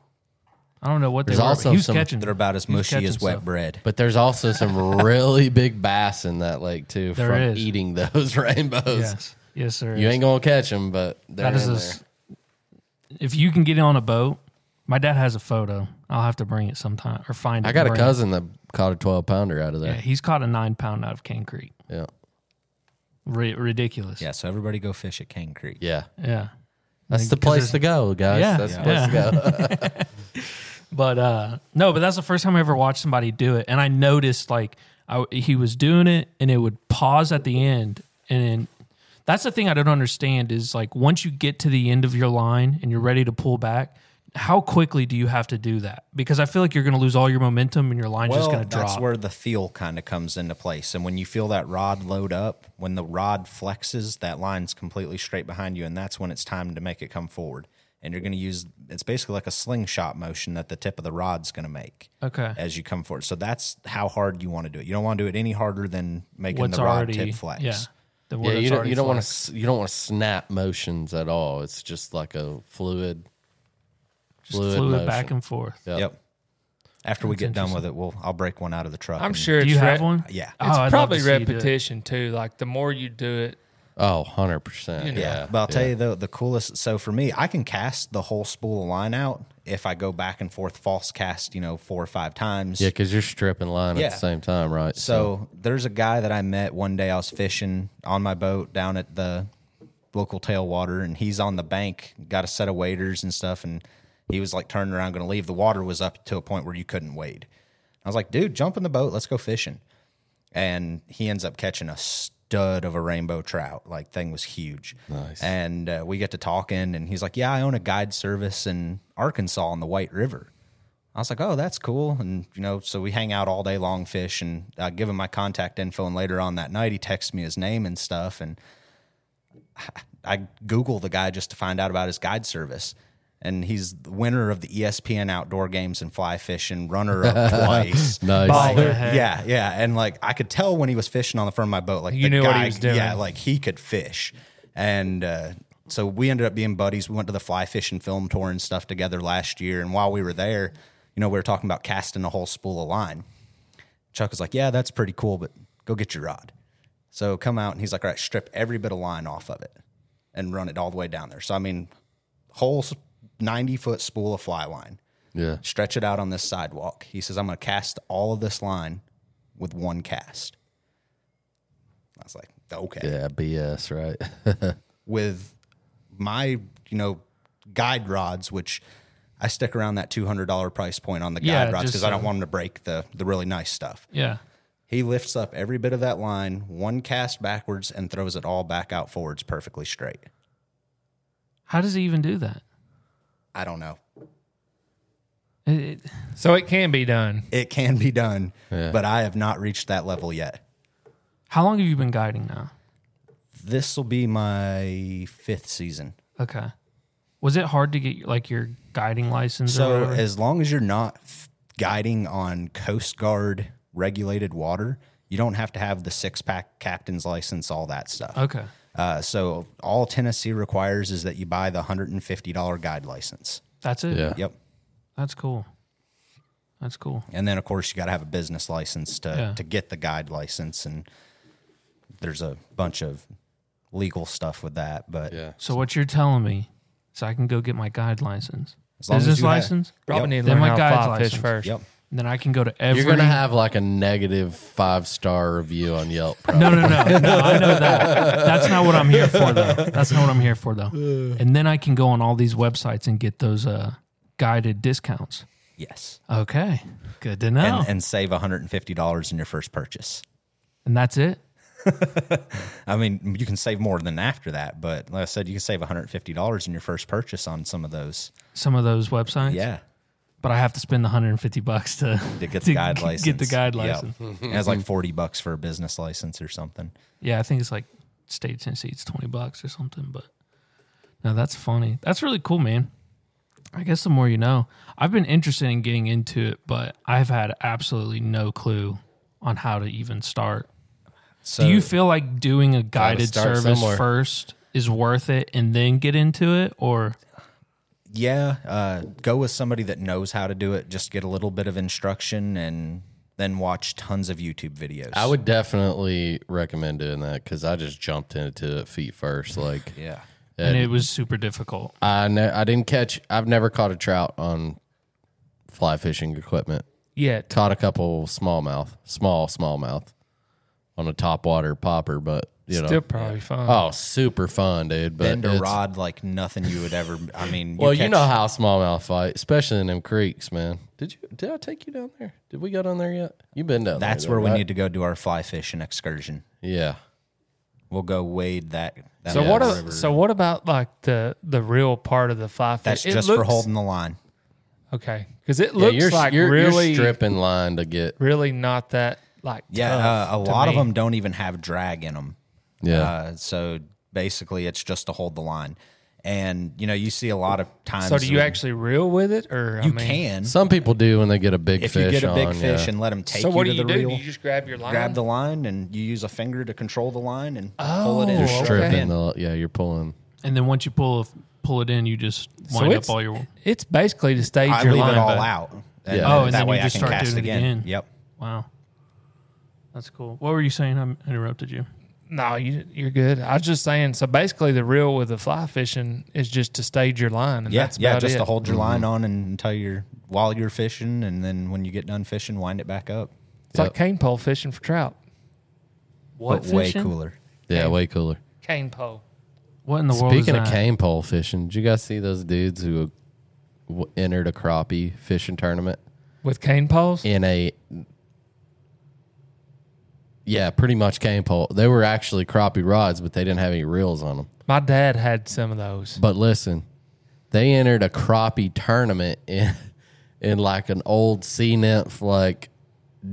A: I don't know what they
B: There's
A: were. but
B: also
A: he was
B: some-
A: catching.
C: They're about as
A: he was
C: mushy
A: catching
C: as wet
A: stuff.
C: bread.
B: But there's also some really big bass in that lake too
A: There
B: from
A: is.
B: eating those rainbows.
A: Yes, yes, sir.
B: You ain't gonna catch them, but they're
A: That is
B: in
A: a
B: there.
A: s- if you can get on a boat. My dad has a photo. I'll have to bring it sometime or find it.
B: I
A: and
B: got a
A: bring it.
B: cousin that caught a twelve pounder out of
A: Yeah,
B: there.
A: he's caught a nine pound out of Cane Creek.
B: Yeah,
A: Ri ridiculous.
C: Yeah, so everybody go fish at Cane Creek.
B: yeah,
A: Yeah.
B: that's the
A: 'Cause
B: place to go, guys.
A: Yeah.
B: that's the
A: Yeah.
B: place to go.
A: But uh, no, but that's the first time I ever watched somebody do it, and I noticed like I, he was doing it, and it would pause at the end, and then that's the thing I don't understand is like once you get to the end of your line and you're ready to pull back, how quickly do you have to do that? Because I feel like you're going to lose all your momentum and your line's just going to drop.
C: That's where the feel kind of comes into place. And when you feel that rod load up, when the rod flexes, that line's completely straight behind you, and that's when it's time to make it come forward. And you're going to use it's basically like a slingshot motion that the tip of the rod's going to make
A: okay.
C: as you come forward. So that's how hard you want to do it. You don't want to do it any harder than making
A: What's
C: the rod
A: already
C: tip flex.
A: Yeah. The
B: yeah,
A: word
B: you
A: that's
B: don't
A: already
B: you don't want
A: flexed.
B: to you don't want to snap motions at all. It's just like a fluid.
A: just
B: fluid
A: flew it
B: motion.
A: back and forth.
B: Yep.
C: Yep. After we get done with it, we'll I'll break one out of the truck.
D: I'm
C: and-
D: sure
A: Do
D: it's
A: you have
D: re-
A: one?
C: Yeah.
A: Oh,
D: It's
A: I'd love
D: probably
A: to see you do it.
D: repetition too. Like the more you do it,
B: Oh, 100 percent.
D: know.
B: Yeah,
C: But I'll tell you though, the coolest. So for me, I can cast the whole spool of line out if I go back and forth, false cast, you know, four or five times.
B: yeah, because you're stripping line
C: Yeah.
B: at the same time, right?
C: So there's a guy that I met one day. I was fishing on my boat down at the local tailwater, and he's on the bank, got a set of waders and stuff, and he was like turning around, going to leave. The water was up to a point where you couldn't wade. I was like, dude, jump in the boat, let's go fishing, and he ends up catching a stud of a rainbow trout. Like thing was huge. Nice. And uh, we get to talking, and he's like, yeah, I own a guide service in Arkansas on the White River. I was like, oh, that's cool. And, you know, so we hang out all day long, fish, and I give him my contact info. And later on that night, he texts me his name and stuff. And I Google the guy just to find out about his guide service. And he's the winner of the E ESPN outdoor games and fly fishing, runner up twice.
B: Nice.
D: Ball
C: Like,
D: ahead.
C: yeah, yeah. And like I could tell when he was fishing on the front of my boat, like
D: You
C: the
D: knew what he
C: guy-
D: was doing.
C: Yeah, like he could fish. And uh, so we ended up being buddies. We went to the fly fishing film tour and stuff together last year. And while we were there, you know, we were talking about casting a whole spool of line. Chuck was like, Yeah, that's pretty cool, but go get your rod. So come out and he's like, All right, strip every bit of line off of it and run it all the way down there. So, I mean, whole s- 90 foot spool of fly line
B: Yeah.
C: stretch it out on this sidewalk. He says, I'm going to cast all of this line with one cast. I was like, okay.
B: Yeah. BS. Right.
C: With my, you know, guide rods, which I stick around that $200 price point on the guide
A: Yeah,
C: rods
A: just,
C: because I don't
A: uh,
C: want them to break the, the really nice stuff.
A: Yeah.
C: He lifts up every bit of that line, one cast backwards, and throws it all back out forwards perfectly straight.
A: How does he even do that?
C: I don't know.
A: It- it-
D: So it can be done.
C: It can be done,
B: Yeah.
C: but I have not reached that level yet.
A: how long have you been guiding now?
C: This will be my fifth season.
A: Okay. Was it hard to get like your guiding license? or
C: So
A: whatever?
C: as long as you're not f- guiding on Coast Guard regulated water, you don't have to have the six pack captain's license, all that stuff.
A: okay.
C: Uh, so all Tennessee requires is that you buy the hundred and fifty dollar guide license.
A: That's it.
B: Yeah.
C: Yep.
A: That's cool. That's cool.
C: And then of course you got to have a business license to
A: Yeah.
C: to get the guide license, and there's a bunch of legal stuff with that. But
B: Yeah.
A: So what you're telling me, so I can go get my guide license,
C: As long as
A: business
C: you have-
A: license,
D: Probably need to
A: Then
D: learn
A: my
D: how to
A: guide's
D: fly fish
A: license.
D: first.
C: yep.
A: and then I can go to every.
B: You're gonna have like a negative five star review on Yelp. Probably.
A: no, no, no, no. I know that. That's not what I'm here for, though. That's not what I'm here for, though. And then I can go on all these websites and get those uh, guided discounts.
C: Yes.
A: Okay, good to know. And,
C: And and save hundred and fifty dollars in your first purchase.
A: that's it.
C: I mean, you can save more than after that, but like I said, you can save $150 in your first purchase on some of those.
A: Some of those websites.
C: Yeah.
A: But I have to spend the 150 bucks to,
C: To get the guide
A: g-
C: license.
A: Get the guide
C: Yep.
A: license.
C: And it's like 40 bucks for a business license or something.
A: Yeah, I think it's like state of Tennessee, it's 20 bucks or something. But no, that's funny. That's really cool, man. I guess the more you know, I've been interested in getting into it, but I've had absolutely no clue on how to even start.
C: So
A: Do you feel like doing a guided
B: start
A: service
B: somewhere.
A: first is worth it and then get into it? Or,
C: yeah, uh, go with somebody that knows how to do it. Just get a little bit of instruction and then watch tons of YouTube videos.
B: I would definitely recommend doing that because I just jumped into it feet first. Like
C: Yeah.
A: and it was super difficult.
B: I ne- I didn't catch. I've never caught a trout on fly fishing equipment.
D: Yet.
B: Caught a couple smallmouth, small smallmouth, on a topwater popper, but you know,
D: Still probably fun.
B: oh, super fun, dude. But
C: Bend a
B: it's-
C: rod like nothing you would ever. I mean,
B: Well, you
C: catch-
B: know how smallmouth fight, especially in them creeks, man. Did you? Did I take you down there? Did we go down there yet? You been down?
C: that's
B: there,
C: where
B: though,
C: we
B: right?
C: need to go do our fly fishing excursion.
B: Yeah,
C: We'll go wade that. that
D: So what?
C: river.
D: A, so what about like the the real part of the fly fish?
C: That's
D: It
C: just for
D: looks-
C: holding the line.
D: Okay, because it
B: Yeah,
D: looks
B: you're,
D: like
B: you're,
D: really,
B: you're stripping line to get.
D: really not that like.
C: Yeah,
D: tough
C: uh, a
D: to
C: lot of
D: me.
C: them don't even have drag in them.
B: Yeah,
C: Uh, so basically, it's just to hold the line. And you know, you see a lot of times.
D: So do you
C: when-
D: actually reel with it, or
C: You
D: I mean,
C: can
B: some people do when they get a big
C: if
B: fish.
C: you get a big
B: on,
C: fish
B: yeah.
C: and let them take
D: So
C: you
D: what
C: to
D: do you
C: the
D: do?
C: reel.
D: Do you just grab your line?
C: grab the line, and you use a finger to control the line and pull it in.
D: You're
C: shove it
B: stripping
C: in.
B: the yeah, you're pulling.
A: And then once you pull pull it in, you just
D: So
A: wind
D: it's-
A: up all your.
D: It's basically to stage
C: I
D: your
C: leave
D: line.
C: it all
D: back.
C: out.
B: Yeah.
A: Oh, and
C: that
A: then you
C: way I
A: just
C: can
A: start
C: cast
A: doing it again.
C: Yep.
A: Wow. That's cool. What were you saying? I interrupted you.
D: No, you, you're good. I was just saying. So basically, the reel with the fly fishing is just to stage your line, and
C: Yeah,
D: that's
C: yeah,
D: about
C: just
D: it.
C: to hold your
B: Mm-hmm.
C: line on and until you're while you're fishing, and then when you get done fishing, wind it back up.
D: It's like cane pole fishing for trout.
A: What
C: but way
A: fishing?
C: cooler.
B: Yeah, way cooler.
D: Cane pole. What in the world?
B: Speaking
D: is
B: of
D: that?
B: cane pole fishing, did you guys see those dudes who w- entered a crappie fishing tournament
D: with cane poles,
B: in a? Yeah, pretty much cane pole. They were actually crappie rods, but they didn't have any reels on them.
D: my dad had some of those.
B: But listen, they entered a crappie tournament in in like an old sea nymph like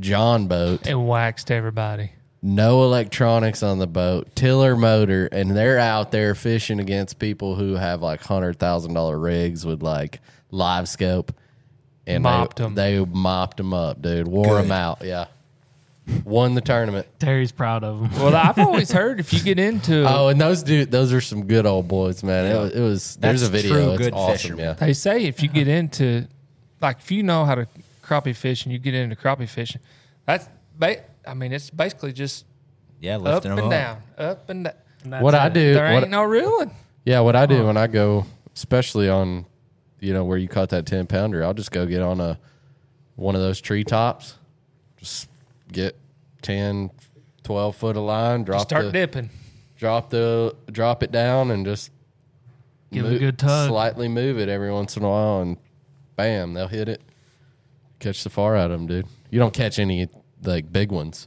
B: John boat.
D: It waxed everybody.
B: No electronics on the boat, tiller motor, and they're out there fishing against people who have like hundred thousand dollar rigs with like live scope. And
D: Mopped
B: they,
D: 'em.
B: they mopped them up, dude. Wore them out. Yeah. Won the tournament.
A: Terry's proud of him.
D: Well, I've always heard if you get into,
B: Oh, and those dude, those are some good old boys, man. It was, it was there's
C: That's
B: a video.
C: true
B: it's
C: good
B: awesome.
C: fishermen.
B: Yeah.
D: they say if you get into, like if you know how to crappie fish and you get into crappie fishing, that's. Ba- I mean, it's basically just
C: Yeah,
D: up
C: lifting
D: and
C: them up.
D: down, up and down.
B: What I do,
D: There
B: what,
D: ain't no reeling.
B: Yeah, what I do when I go, especially on, you know, where you caught that ten pounder, I'll just go get on a one of those treetops, just get 10, 12 foot of line, drop
D: Start
B: the
D: dipping.
B: drop the drop it down, and just
A: Give it a
B: mo-
A: good tug.
B: slightly move it every once in a while, and bam, they'll hit it. Catch the far out of them, dude. You don't catch any like big ones.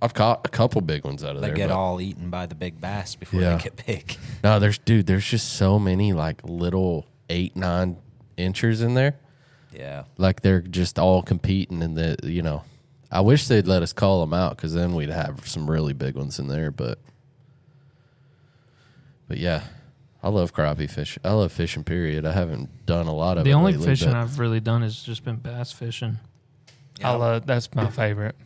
B: I've caught a couple big ones out of
C: They
B: there.
C: get
B: but-
C: all eaten by the big bass before
B: Yeah.
C: they get big.
B: No, there's dude, there's just so many like little eight, nine inchers in there.
C: Yeah.
B: Like they're just all competing in the you know. I wish they'd let us call them out because then we'd have some really big ones in there, but but yeah. I love crappie fish. I love fishing period. I haven't done a lot of
A: The
B: it
A: only
B: lately,
A: fishing
B: but
A: I've really done has just been bass fishing.
D: I love that's my favorite.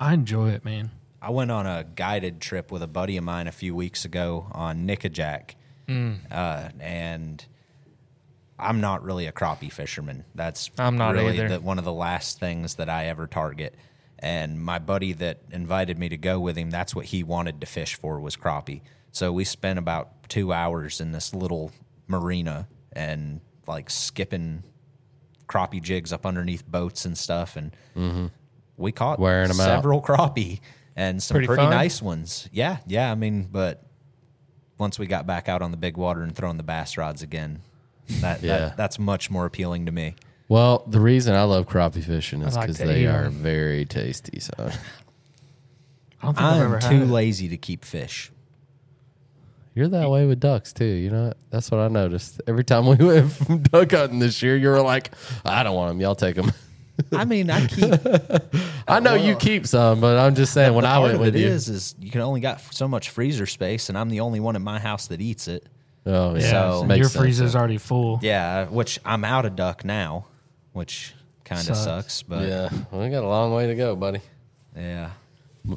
A: I enjoy it, man.
C: I went on a guided trip with a buddy of mine a few weeks ago on Nickajack,
D: Hmm.
C: uh, and I'm not really a crappie fisherman. That's
D: I'm not
C: really
D: either.
C: The, one of the last things that I ever target. And my buddy that invited me to go with him, that's what he wanted to fish for was crappie. So we spent about two hours in this little marina and like skipping crappie jigs up underneath boats and stuff, and we caught
B: Mm-hmm. Wearing 'em out.
C: several crappie and some
D: Pretty
C: pretty,
D: fun.
C: nice ones. Yeah, yeah. I mean, but once we got back out on the big water and throwing the bass rods again, that,
B: Yeah.
C: that that's much more appealing to me.
B: Well, the reason I love crappie fishing is
D: like
B: because
D: to eat
B: they
D: 'em.
B: are very tasty. So
A: I don't think i have ever
C: I'm
A: had
C: too
A: it.
C: lazy to keep fish.
B: You're that way with ducks too. You know that's what I noticed. Every time we went from duck hunting this year, you were like, "I don't want them. Y'all take them."
C: I mean, I keep.
B: I know you keep some, but I'm just saying when I
C: part
B: went
C: of it
B: with you.
C: is, is you can only got so much freezer space, and I'm the only one in my house that eats it.
B: Oh, yeah,
C: So-
B: makes
A: your
B: sense.
A: freezer's already full.
C: Yeah, uh, which I'm out of duck now, which kind of
A: Sucks.
C: sucks. But yeah.
B: Yeah, we got a long way to go, buddy.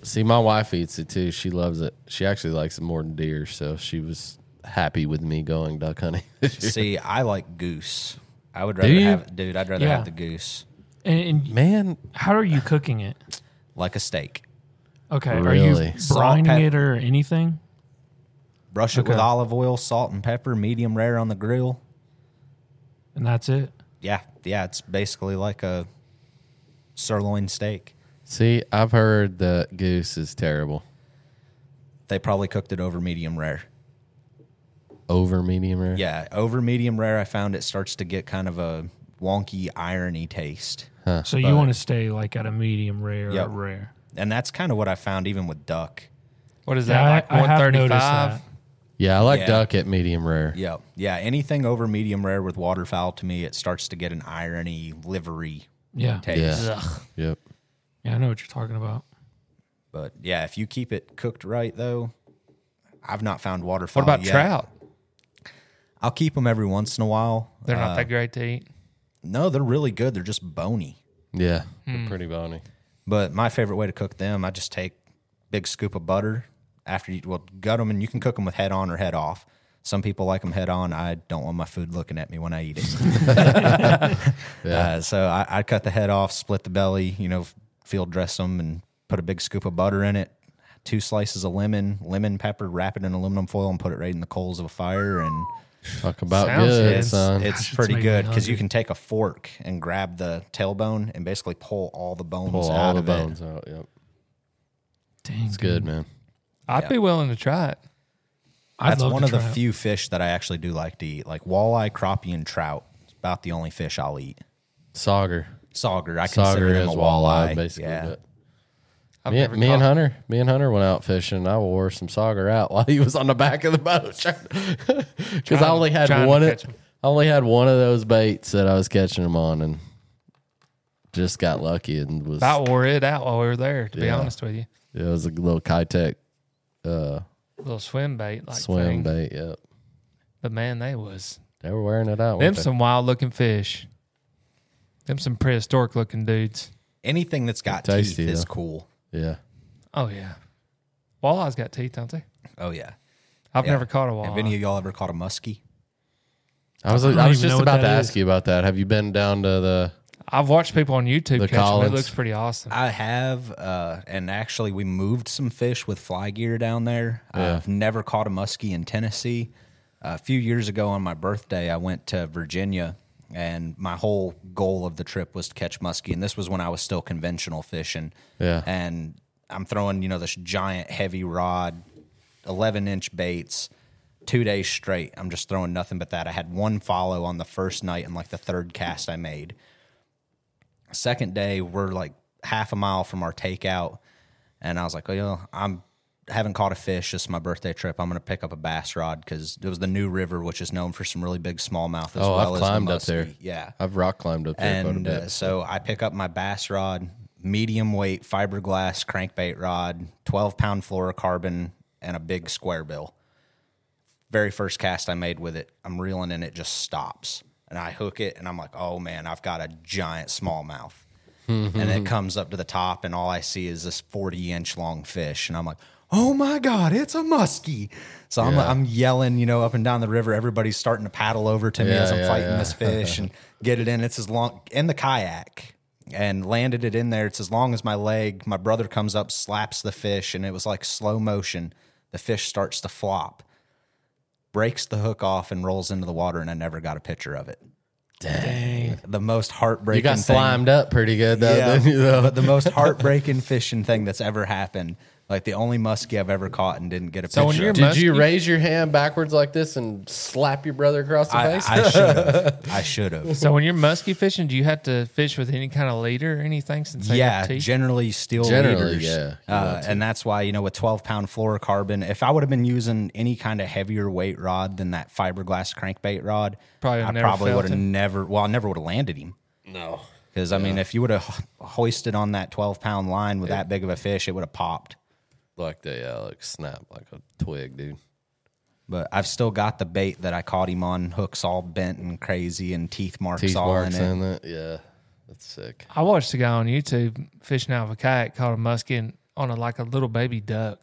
B: See, my wife eats it too. She loves it. She actually likes it more than deer, so she was happy with me going duck hunting.
C: See, I like goose. I would rather
B: you?
C: have, dude. I'd rather
A: Yeah.
C: have the goose
A: And, and
B: Man,
A: how are you cooking it?
C: like a steak.
A: Okay, are
B: Really?
A: you
C: Salt,
A: brining
C: pepper.
A: it or anything?
C: Brush it with olive oil, salt, and pepper, medium rare on the grill.
A: And that's it.
C: Yeah, yeah, it's basically like a sirloin steak.
B: see, I've heard that goose is terrible.
C: They probably cooked it over medium rare.
B: Over medium rare.
C: Yeah, over medium rare, I found it starts to get kind of a wonky, irony taste.
A: So you want to stay like at a medium rare
C: Yep.
A: or rare.
C: And that's kind of what I found even with duck.
D: What is
A: Yeah, I-
D: that?
A: I
D: like
A: have
D: one thirty
A: noticed
D: five.
A: that.
B: Yeah, I like
C: Yeah.
B: duck at medium rare.
C: Yeah, yeah, anything over medium rare with waterfowl to me, it starts to get an irony, livery
A: Yeah.
C: taste.
B: Yeah. Yep.
A: Yeah, I know what you're talking about.
C: But yeah, if you keep it cooked right, though, I've not found waterfowl.
D: What about
C: yet.
D: trout?
C: I'll keep them every once in a while.
D: They're
C: Uh,
D: not that great to eat.
C: No, they're really good. They're just bony.
B: Yeah.
D: Hmm.
B: They're pretty bony.
C: But my favorite way to cook them, I just take big scoop of butter after you well gut them, and you can cook them with head on or head off. Some people like them head on. I don't want my food looking at me when I eat it. uh, so I, I cut the head off, split the belly, you know, field dress them, and put a big scoop of butter in it. Two slices of lemon, lemon pepper, wrap it in aluminum foil, and put it right in the coals of a fire. And
B: Talk about
D: Sounds
B: good,
D: good.
C: it's
B: son.
C: it's
A: it's
C: pretty
A: making me
C: good because you
A: hungry.
C: can take a fork and grab the tailbone and basically pull all the bones
B: Pull
C: out
B: all the
C: of it.
B: bones out. Yep.
A: Dang.
B: It's good, man.
D: I'd be willing to try it.
A: I'd
C: That's
A: love
C: one
A: to
C: of the
A: try it.
C: few fish that I actually do like to eat, like walleye, crappie, and trout. It's about the only fish I'll eat.
B: Sauger.
C: Sauger, I
B: Sauger
C: consider them
B: is
C: a
B: walleye,
C: walleye,
B: basically.
C: Yeah.
B: But
D: I've
B: me,
D: never
B: me and
D: caught-
B: Hunter, me and Hunter went out fishing. and I wore some sauger out while he was on the back of the boat, because
D: Trying-
B: I only had
D: trying to
B: one.
D: catch
B: Of,
D: 'em.
B: I only had one of those baits that I was catching them on, and just got lucky and was.
D: I wore it out while we were there. To be
B: Yeah.
D: honest with you,
B: It was a little Kitech uh,
D: little swim bait like
B: swim
D: thing.
B: bait. Yep,
D: But man, they was
B: they were wearing it out.
D: them
B: weren't they?
D: some wild looking fish. Them some prehistoric looking dudes.
C: Anything that's got
B: Tasty,
C: teeth is
B: though.
C: cool.
B: yeah,
D: Oh yeah, walleyes got teeth, don't they?
C: Oh yeah.
D: I've
C: Yeah.
D: never caught a
C: Have
D: walleye.
C: any of y'all ever caught a muskie?
B: I was. I,
A: don't
B: was
A: even know
B: just
A: what
B: about to
A: that
B: ask
A: is.
B: you about that. Have you been down to the?
D: I've watched people on YouTube
B: The
D: catch 'em.
B: Collins.
D: It looks pretty awesome.
C: I have, uh, and actually, we moved some fish with fly gear down there. I've never caught a muskie in Tennessee. a few years ago on my birthday, I went to Virginia, and my whole goal of the trip was to catch muskie. And this was when I was still conventional fishing.
B: Yeah.
C: And I'm throwing, you know, this giant heavy rod, 11 inch baits. Two days straight, I'm just throwing nothing but that. I had one follow on the first night and like the third cast I made second day we're like half a mile from our takeout and i was like well i'm I haven't caught a fish it's my birthday trip i'm going to pick up a bass rod because it was the new river which is known for some really big smallmouth as
B: Oh,
C: well
B: I've
C: as
B: climbed
C: the
B: up there.
C: muskie. yeah
B: I've rock climbed up there quite a
C: and
B: bit.
C: uh, so i pick up my bass rod medium weight fiberglass crankbait rod 12 pound fluorocarbon and a big square bill very first cast I made with it, I'm reeling and it just stops. And I hook it and I'm like, oh man, I've got a giant smallmouth. and
B: Mm-hmm.
C: it comes up to the top and all I see is this 40 inch long fish. And I'm like, oh my God, it's a muskie. So I'm, I'm yelling, you know, up and down the river. Everybody's starting to paddle over to me
B: Yeah,
C: as I'm
B: yeah,
C: fighting
B: yeah.
C: this fish and get it in. It's as long in the kayak and landed it in there. It's as long as my leg. My brother comes up, slaps the fish, and it was like slow motion. The fish starts to flop breaks the hook off and rolls into the water, and I never got a picture of it. Dang. The most heartbreaking
B: you got
C: thing.
B: slimed up pretty good though.
C: Yeah.
B: didn't you, though?
C: but the most heartbreaking fishing thing that's ever happened. Like the only muskie I've ever caught and didn't get a
D: So when
C: picture
D: you're
C: of.
B: Did you
D: Muskie?
B: raise your hand backwards like this and slap your brother across the
C: I
B: face?
C: should have. I should have.
D: so when you're musky fishing, do you have to fish with any kind of leader or anything? Since they
C: yeah,
D: have teeth?
C: generally steel
B: Generally,
C: leaders.
B: yeah, you
C: uh, and that's why you know with twelve pound fluorocarbon, if I would have been using any kind of heavier weight rod than that fiberglass crankbait rod,
D: Probably
C: I
D: never
C: probably
D: felt
C: would have
D: it.
C: never. Well, I never would have landed him.
B: no.
C: Because I mean, if you would have hoisted on that twelve pound line with that big of a fish, it would have popped.
B: Like they yeah, like snap like a twig, dude.
C: But I've still got the bait that I caught him on, hooks all bent and crazy, and teeth marks
B: Teeth
C: all
B: marks
C: in it.
B: in it. Yeah. That's sick.
D: I watched a guy on YouTube fishing out of a kayak caught a muskie and- on a, like a little baby duck.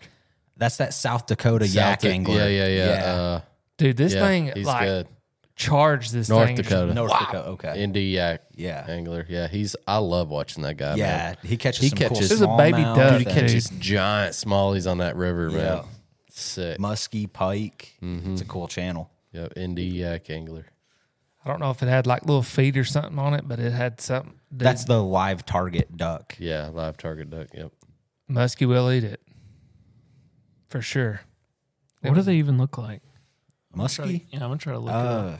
C: That's that South Dakota yak
B: South-
C: angler.
B: Yeah, yeah, yeah. Uh,
D: Dude, this
B: yeah,
D: thing
B: he's
D: like
B: good.
D: charged this
B: North
D: thing.
B: Dakota.
C: North Dakota. Okay.
B: Indie yak
C: Yeah.
B: angler. Yeah, he's I love watching that guy.
C: yeah,
B: man.
C: he catches.
B: He
C: some
B: catches-
C: Cool
B: This is
D: a baby
C: smallmouth
D: duck.
C: and
D: He catches-
B: Just giant smallies on that river, man.
C: Yeah.
B: Sick.
C: musky pike.
B: Mm-hmm.
C: It's a cool channel.
B: Yep, indie yak angler.
D: I don't know if it had like little feet or something on it, but it had something. Dude,
C: That's the live target duck.
B: Yeah, live target duck. Yep.
D: muskie will eat it for sure.
A: What do they even look like?
C: Musky.
A: Yeah, I'm gonna try to look. it up.
C: Uh,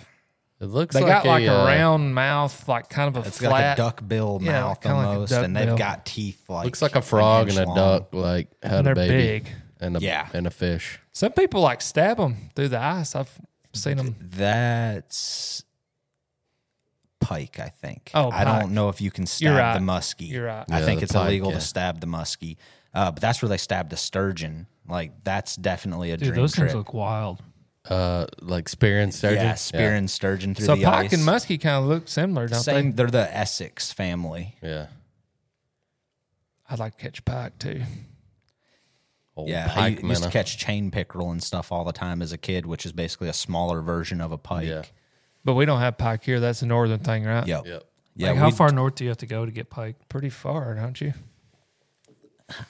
B: It looks
D: They
B: like
D: got like a,
B: uh,
D: round mouth, like kind of a
C: it's got like
D: flat.
C: a duck bill
D: Yeah,
C: mouth
D: kinda like a
C: almost,
D: duck
C: and they've
D: bill.
C: got teeth like
B: Looks like a
C: an
B: frog
C: inch
B: and a
C: long.
B: duck, like had
D: and
B: a
D: they're
B: baby
D: big.
B: and a
C: Yeah.
B: and a fish.
D: Some people like stab them through the ice. I've seen them.
C: That's pike, I think.
D: Oh,
C: I
D: pike.
C: don't know if you can stab
D: You're right.
C: the muskie.
D: You're right.
C: I
B: Yeah,
C: think
B: the
C: it's
B: pike,
C: illegal
B: yeah.
C: to stab the muskie, uh, but that's where they stab the sturgeon. Like that's definitely a
A: Dude,
C: dream
A: those
C: trip.
A: things look wild.
B: Uh, like spear and sturgeon.
C: yeah, spear and sturgeon through
D: So
C: the
D: pike
C: ice.
D: and muskie kind of look similar, don't
C: Same,
D: they?
C: they're the Essex family.
B: Yeah. yeah.
D: I'd like to catch pike too.
B: Old
C: Yeah, I
B: pike
C: u- used to
B: minnow.
C: catch chain pickerel and stuff all the time as a kid, which is basically a smaller version of a pike.
B: Yeah.
D: But we don't have pike here. That's a northern thing, right?
C: Yep.
B: Yep.
C: Yeah,
A: like, how
C: we-
A: far north do you have to go to get pike?
D: Pretty far, don't you?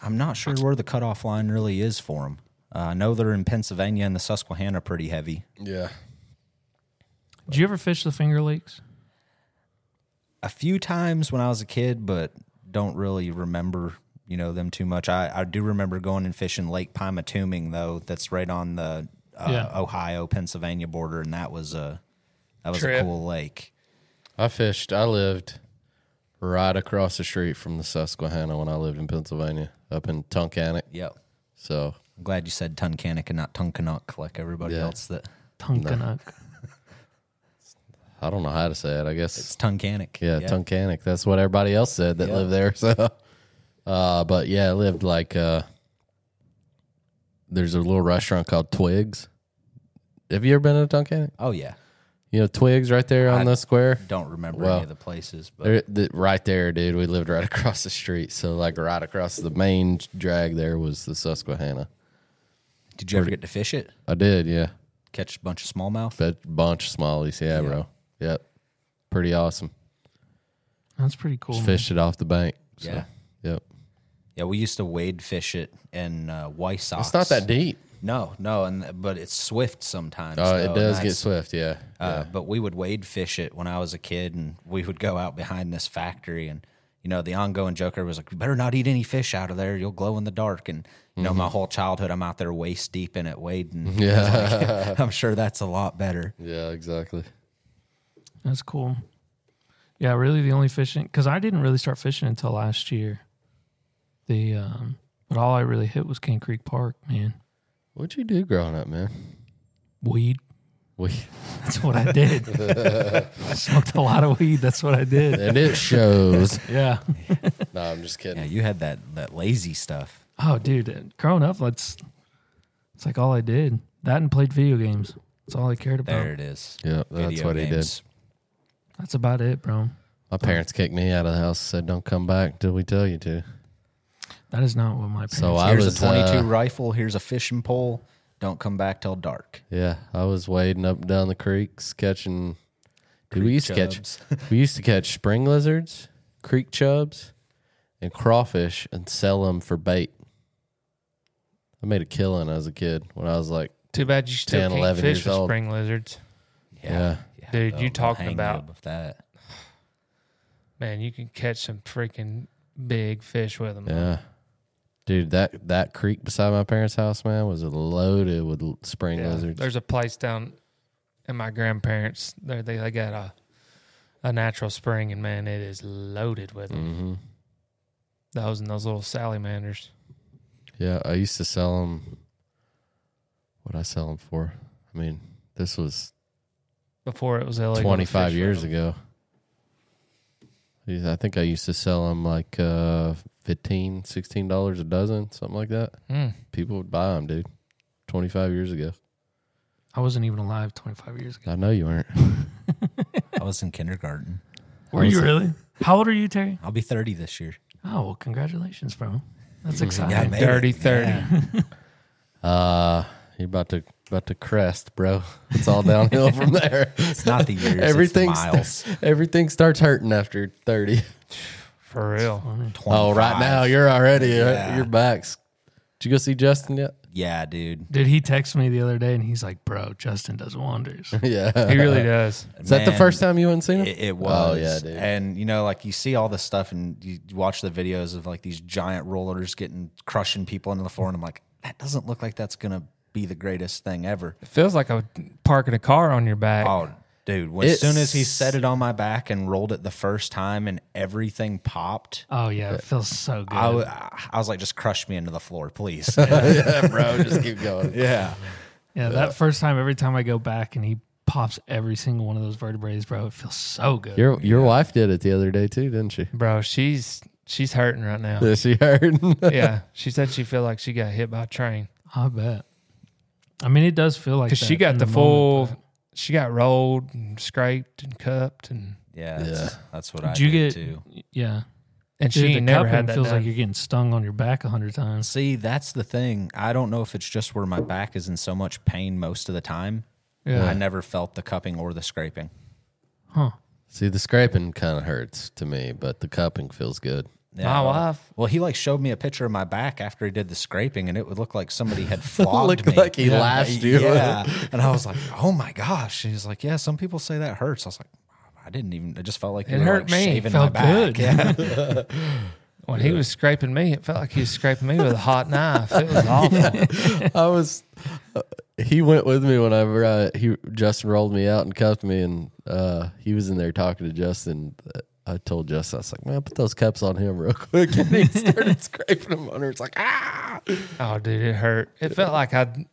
C: I'm not sure where the cutoff line really is for them. Uh, I know they're in Pennsylvania and the Susquehanna pretty heavy.
B: Yeah.
A: Did you ever fish the Finger Lakes?
C: a few times when I was a kid, but don't really remember, you know, them too much. I, I do remember going and fishing Lake Pymatuming though. That's right on the uh,
A: Yeah.
C: Ohio Pennsylvania border, and that was a that was
D: Trip.
C: a cool lake.
B: I fished. I lived right across the street from the Susquehanna when I lived in Pennsylvania, up in Tunkhannock.
C: Yep.
B: So
C: I'm glad you said Tunkhannock and not Tunkhannock like everybody
B: Yeah.
C: else. That
A: Tunkhannock.
B: I don't know how to say it. I guess
C: it's Tunkhannock.
B: Yeah, Tunkhannock. That's what everybody else said that
C: Yeah.
B: lived there. So, uh, but yeah, I lived like uh, there's a little restaurant called Twigs. Have you ever been to Tunkhannock?
C: Oh yeah.
B: You know Twigs right there on
C: I-
B: the square.
C: Don't remember
B: Well,
C: any of the places, but
B: There, the, right there, dude. We lived right across the street, so like right across the main drag there was the Susquehanna.
C: did you ever get to fish it?
B: I did, yeah.
C: Catch a bunch of smallmouth.
B: A bunch of smallies, yeah, bro. Yep, pretty awesome.
A: That's pretty cool.
B: Just
A: man.
B: fished it off the bank. So,
C: Yeah.
B: yep.
C: Yeah, we used to wade fish it in uh, Wysox.
B: It's not that deep.
C: No, no, and but it's swift sometimes.
B: Uh,
C: though,
B: it
C: and
B: does get
C: that's-
B: swift, yeah.
C: Uh, But we would wade fish it when I was a kid, and we would go out behind this factory, and you know the ongoing joker was like, "You better not eat any fish out of there; you'll glow in the dark." And you know, my
B: Mm-hmm.
C: whole childhood, I'm out there waist deep in it wading.
B: Yeah.
C: I'm sure that's a lot better.
B: yeah, exactly.
A: That's cool. Yeah, really the only fishing because I didn't really start fishing until last year. The um but all I really hit was King Creek Park, man.
B: What'd you do growing up, man?
A: Weed.
B: We
A: That's what I did. I smoked a lot of weed. That's what I did.
B: and it shows.
A: Yeah.
B: no, I'm just
C: Yeah,
B: kidding.
C: you had that that lazy stuff.
A: Oh, dude. Growing up, that's it's like all I did. That and played video games. That's all I cared about.
C: There it is.
B: Yeah, Oh. that's
C: Video
B: what he did.
C: games.
A: That's about it, bro.
B: My parents kicked me out of the house. Said don't come back till we tell you to.
A: That is not what my parents.
B: So I
C: Here's
B: was
C: a 22
B: uh,
C: rifle. Here's a fishing pole. Don't come back till dark.
B: yeah, I was wading up and down the creeks catching. Dude, we used to catch we used to catch spring lizards, creek chubs, and crawfish, and sell them for bait. I made a killing as a kid when I was like,
D: Too bad you still
B: 10,
D: can't
B: 11
D: fish
B: years
D: with
B: old.
D: spring lizards.
B: yeah.
C: Yeah,
D: Dude,
C: the-
D: you
C: the
D: talking
C: hang
D: about-
C: up of that?
D: Man, you can catch some freaking big fish with them.
B: Yeah. Dude, that that creek beside my parents' house, man, was loaded with l- spring lizards.
D: There's a place down at my grandparents. There they, they got a a natural spring, and man, it is loaded with them.
B: hmm
D: Those and those little salamanders.
B: Yeah, I used to sell them. What I sell them for? I mean, this was
D: Before it was illegal. to
B: twenty five
D: fish with
B: years
D: them.
B: ago. Yeah, I think I used to sell them like uh, 15 dollars a dozen, something like that.
D: Mm.
B: People would buy them, dude. Twenty five years ago,
A: I wasn't even alive 25 years ago.
B: I know you weren't.
C: I was in kindergarten.
A: Were you really? How old are you, Terry?
C: I'll be 30 this year.
A: Oh, well, congratulations, bro. That's exciting.
C: Yeah, I made it.
D: Dirty 30.
B: Uh, you're about to about to crest, bro. It's all downhill from there.
C: It's not the years.
B: Everything
C: Everything's miles.
B: Everything starts hurting after 30.
D: For real.
B: Oh, right now you're already uh,
C: Yeah.
B: your back's. Did you go see Justin yet?
C: Yeah, dude.
A: Dude, he texted me the other day and he's like, bro, Justin does wonders.
B: yeah.
D: He really does.
B: Is that the
C: Man,
B: first time you went and seen him?
C: It, it was.
B: Oh yeah, dude.
C: And you know, like you see all this stuff, and you watch the videos of like these giant rollers getting crushing people into the floor, and I'm like, that doesn't look like that's gonna be the greatest thing ever.
D: It feels like I'm parking a car on your back.
C: Oh, dude! When, as soon as he set it on my back and rolled it the first time, and everything popped.
A: Oh, yeah. It feels so good.
C: I, w- I was like, just crush me into the floor, please. uh,
B: yeah, bro. Just keep going.
C: yeah.
A: yeah,
D: uh,
A: that first time, every time I go back and he pops every single one of those vertebrae, bro, it feels so good.
B: Your your wife did it the other day too, didn't she?
D: Bro, she's she's hurting right now.
B: Did she heard?
D: yeah. She said she feel like she got hit by a train.
A: I bet. I mean, it does feel like
D: Because she
A: that in
D: got the, full
A: moment,
D: she got rolled and scraped and cupped and
C: Yeah, that's, that's what I
A: but- Do you get?
C: did too.
A: Yeah,
D: and she
A: Dude, the
D: ain't never
A: cupping
D: had that.
A: feels like
D: done.
A: you're getting stung on your back a hundred times.
C: See, that's the thing. I don't know if it's just where my back is in so much pain most of the time.
A: Yeah.
C: I never felt the cupping or the scraping.
A: Huh?
B: see, the scraping kind of hurts to me, but the cupping feels good.
C: Yeah,
D: My
C: well-
D: wife.
C: Well, he like showed me a picture of my back after he did the scraping, and it would look like somebody had flogged
B: Looked
C: me.
B: like he lashed you.
C: yeah, and I was like, "Oh my gosh!" And he's like, "Yeah, some people say that hurts." I was like, "I didn't even. It just felt like
D: It
C: you were,
D: hurt
C: like,
D: me. It
C: Shaving
A: felt
C: my back.
A: good.
C: Yeah,
D: When he was scraping me, it felt like he was scraping me with a hot knife. It was awful.
B: I was. he went with me whenever I he Justin rolled me out and cuffed me, and uh, he was in there talking to Justin. I told Justin, I was like, "Man, put those cups on him real quick," and he started scraping them under. It's like ah,
D: Oh, dude, it hurt. It felt like I'd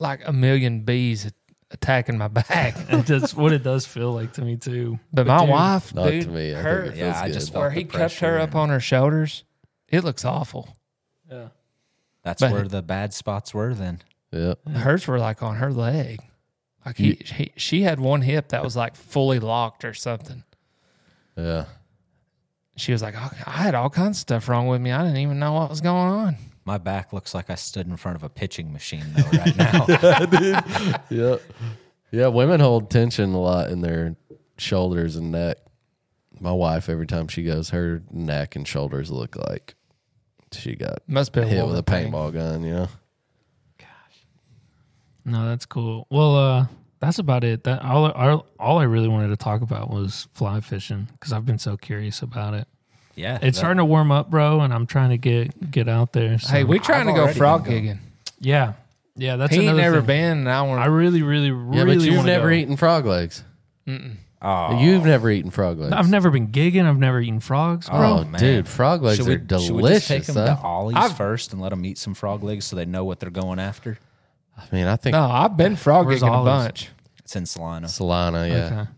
D: like a million bees attacking my back.
A: That's what it does feel like to me too.
D: But my
A: dude,
D: wife,
B: not
D: dude,
B: to me. I
D: her,
B: think it
C: Yeah,
B: feels
C: I
B: good.
C: just felt
D: where
C: the
D: he cupped
C: pressure.
D: her up on her shoulders, it looks awful.
A: Yeah.
C: That's
D: But-
C: where the bad spots were then.
B: yeah.
D: Hers were like on her leg. Like he, he, she had one hip that was like fully locked or something.
B: Yeah.
D: She was like, "I I had all kinds of stuff wrong with me. I didn't even know what was going on."
C: My back looks like I stood in front of a pitching machine though right now.
B: Yeah. Yeah. Women hold tension a lot in their shoulders and neck. My wife, every time she goes, her neck and shoulders look like she got
D: Must be a
B: hit
D: woman
B: with a
D: thing.
B: paintball gun, you know?
A: No, that's cool. Well, uh, that's about it. That all, all, all I really wanted to talk about was fly fishing because I've been so curious about it.
C: yeah.
A: It's
C: that-
A: starting to warm up, bro, and I'm trying to get get out there. so-
D: Hey, we trying to go
C: already
D: frog
C: been
D: gigging.
A: yeah, yeah. That's
D: He ain't
A: another
D: never
A: thing.
D: been, and I want.
A: I really, really,
B: Yeah,
A: really.
B: but you've
A: wanna
B: never
A: go.
B: eaten frog legs.
C: Oh,
B: You've never eaten frog legs.
A: I've never been gigging. I've never eaten frogs, bro.
B: Oh, dude, frog legs are delicious.
C: Should we just take them
B: huh?
C: to Ollie's
D: I've-
C: first and let them eat some frog legs so they know what they're going after?
B: I mean, I think
D: no, I've been frog
A: Where's
D: gigging a
A: Ollie's?
D: bunch.
C: It's in Solana.
B: Solana, yeah.
A: Okay.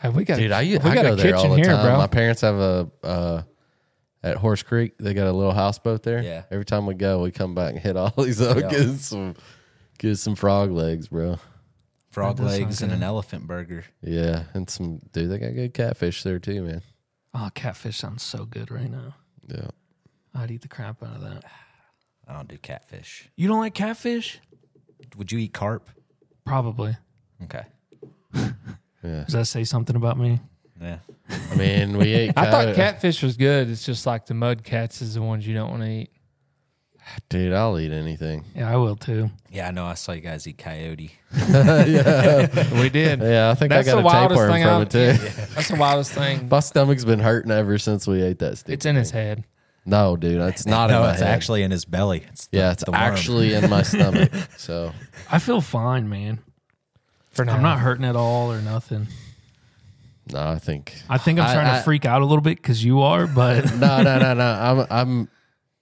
D: Hey, we got,
B: Dude, I,
D: we
B: I
D: got
B: go
D: a
B: there all the
D: kitchen here,
B: time.
D: bro.
B: My parents have a uh, at Horse Creek. They got a little houseboat there.
C: Yeah.
B: Every time we go, we come back and hit all these up,
C: Yeah.
B: get some get some frog legs, bro.
C: Frog
A: That does sound
C: legs and
A: good.
C: an elephant burger.
B: Yeah, and some dude. They got good catfish there too, man.
A: Oh, catfish sounds so good right now.
B: Yeah.
A: I'd eat the crap out of that.
C: I don't do catfish.
A: You don't like catfish?
C: Would you eat carp?
A: Probably.
C: Okay.
A: Does that say something about me?
C: Yeah.
B: I mean, we ate.
D: I
B: cow-
D: thought catfish was good. It's just like the mud cats is the ones you don't want to eat.
B: Dude, I'll eat anything.
A: Yeah, I will too.
C: Yeah, I know. I saw you guys eat coyote.
D: We did.
B: Yeah, I think
D: That's
B: I got a
D: the wildest
B: tapeworm
D: thing.
B: from
D: I've,
B: it too.
D: That's the wildest thing.
B: My stomach's been hurting ever since we ate that. Stupid
D: It's in his head.
B: No, dude, it's not in
C: no,
B: my
C: it's
B: head.
C: actually in his belly. It's the,
B: yeah, it's
C: the worm.
B: actually in my stomach. So
A: I feel fine, man.
D: For now,
A: I'm not hurting at all or nothing.
B: no, I think
A: I think I'm
B: I-
A: starting
B: I-
A: to freak out a little bit because you are, but
B: no, no, no, no. I'm, I'm,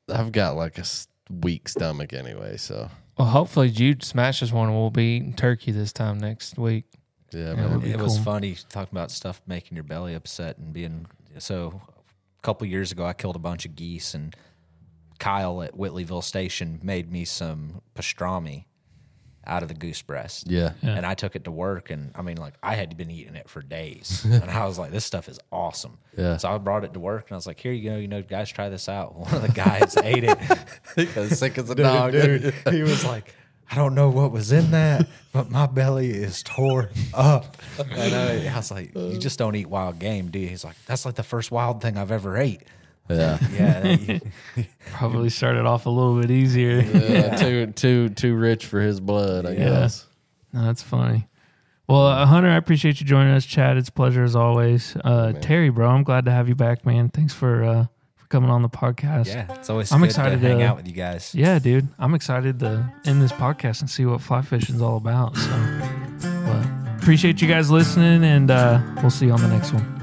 B: I've got like a s- weak stomach anyway. So
D: Well, hopefully Jude smashes one, and we'll be eating turkey this time next week.
A: Yeah,
B: yeah, man.
A: be
C: It was
A: cool.
C: funny talking about stuff making your belly upset and being so. A couple years ago, I killed a bunch of geese, and Kyle at Whitleyville Station made me some pastrami out of the goose breast.
B: yeah.
A: Yeah.
C: And I took it to work, and I mean, like, I had been eating it for days, and I was like, "This stuff is awesome."
B: Yeah.
C: So I brought it to work, and I was like, "Here you go, you know, guys, try this out." One of the guys ate it.
B: As sick as a
C: No,
B: dog, dude.
C: dude. He was like, I don't know what was in that, but my belly is torn up. And I, I was like, You just don't eat wild game, do you? He's like, That's like the first wild thing I've ever ate.
B: Yeah.
C: Yeah. you-
A: probably started off a little bit easier.
B: yeah, too, too, too rich for his blood. I guess.
A: No, that's funny. Well, uh, Hunter, I appreciate you joining us, Chad. It's a pleasure as always. Uh, Terry, bro, I'm glad to have you back, man. Thanks for uh, for coming on the podcast.
C: yeah. It's always
A: I'm
C: good
A: excited
C: to hang
A: to-
C: out with you guys.
A: Yeah, dude. I'm excited to end this podcast and see what fly fishing's all about. So, but appreciate you guys listening, and uh, we'll see you on the next one.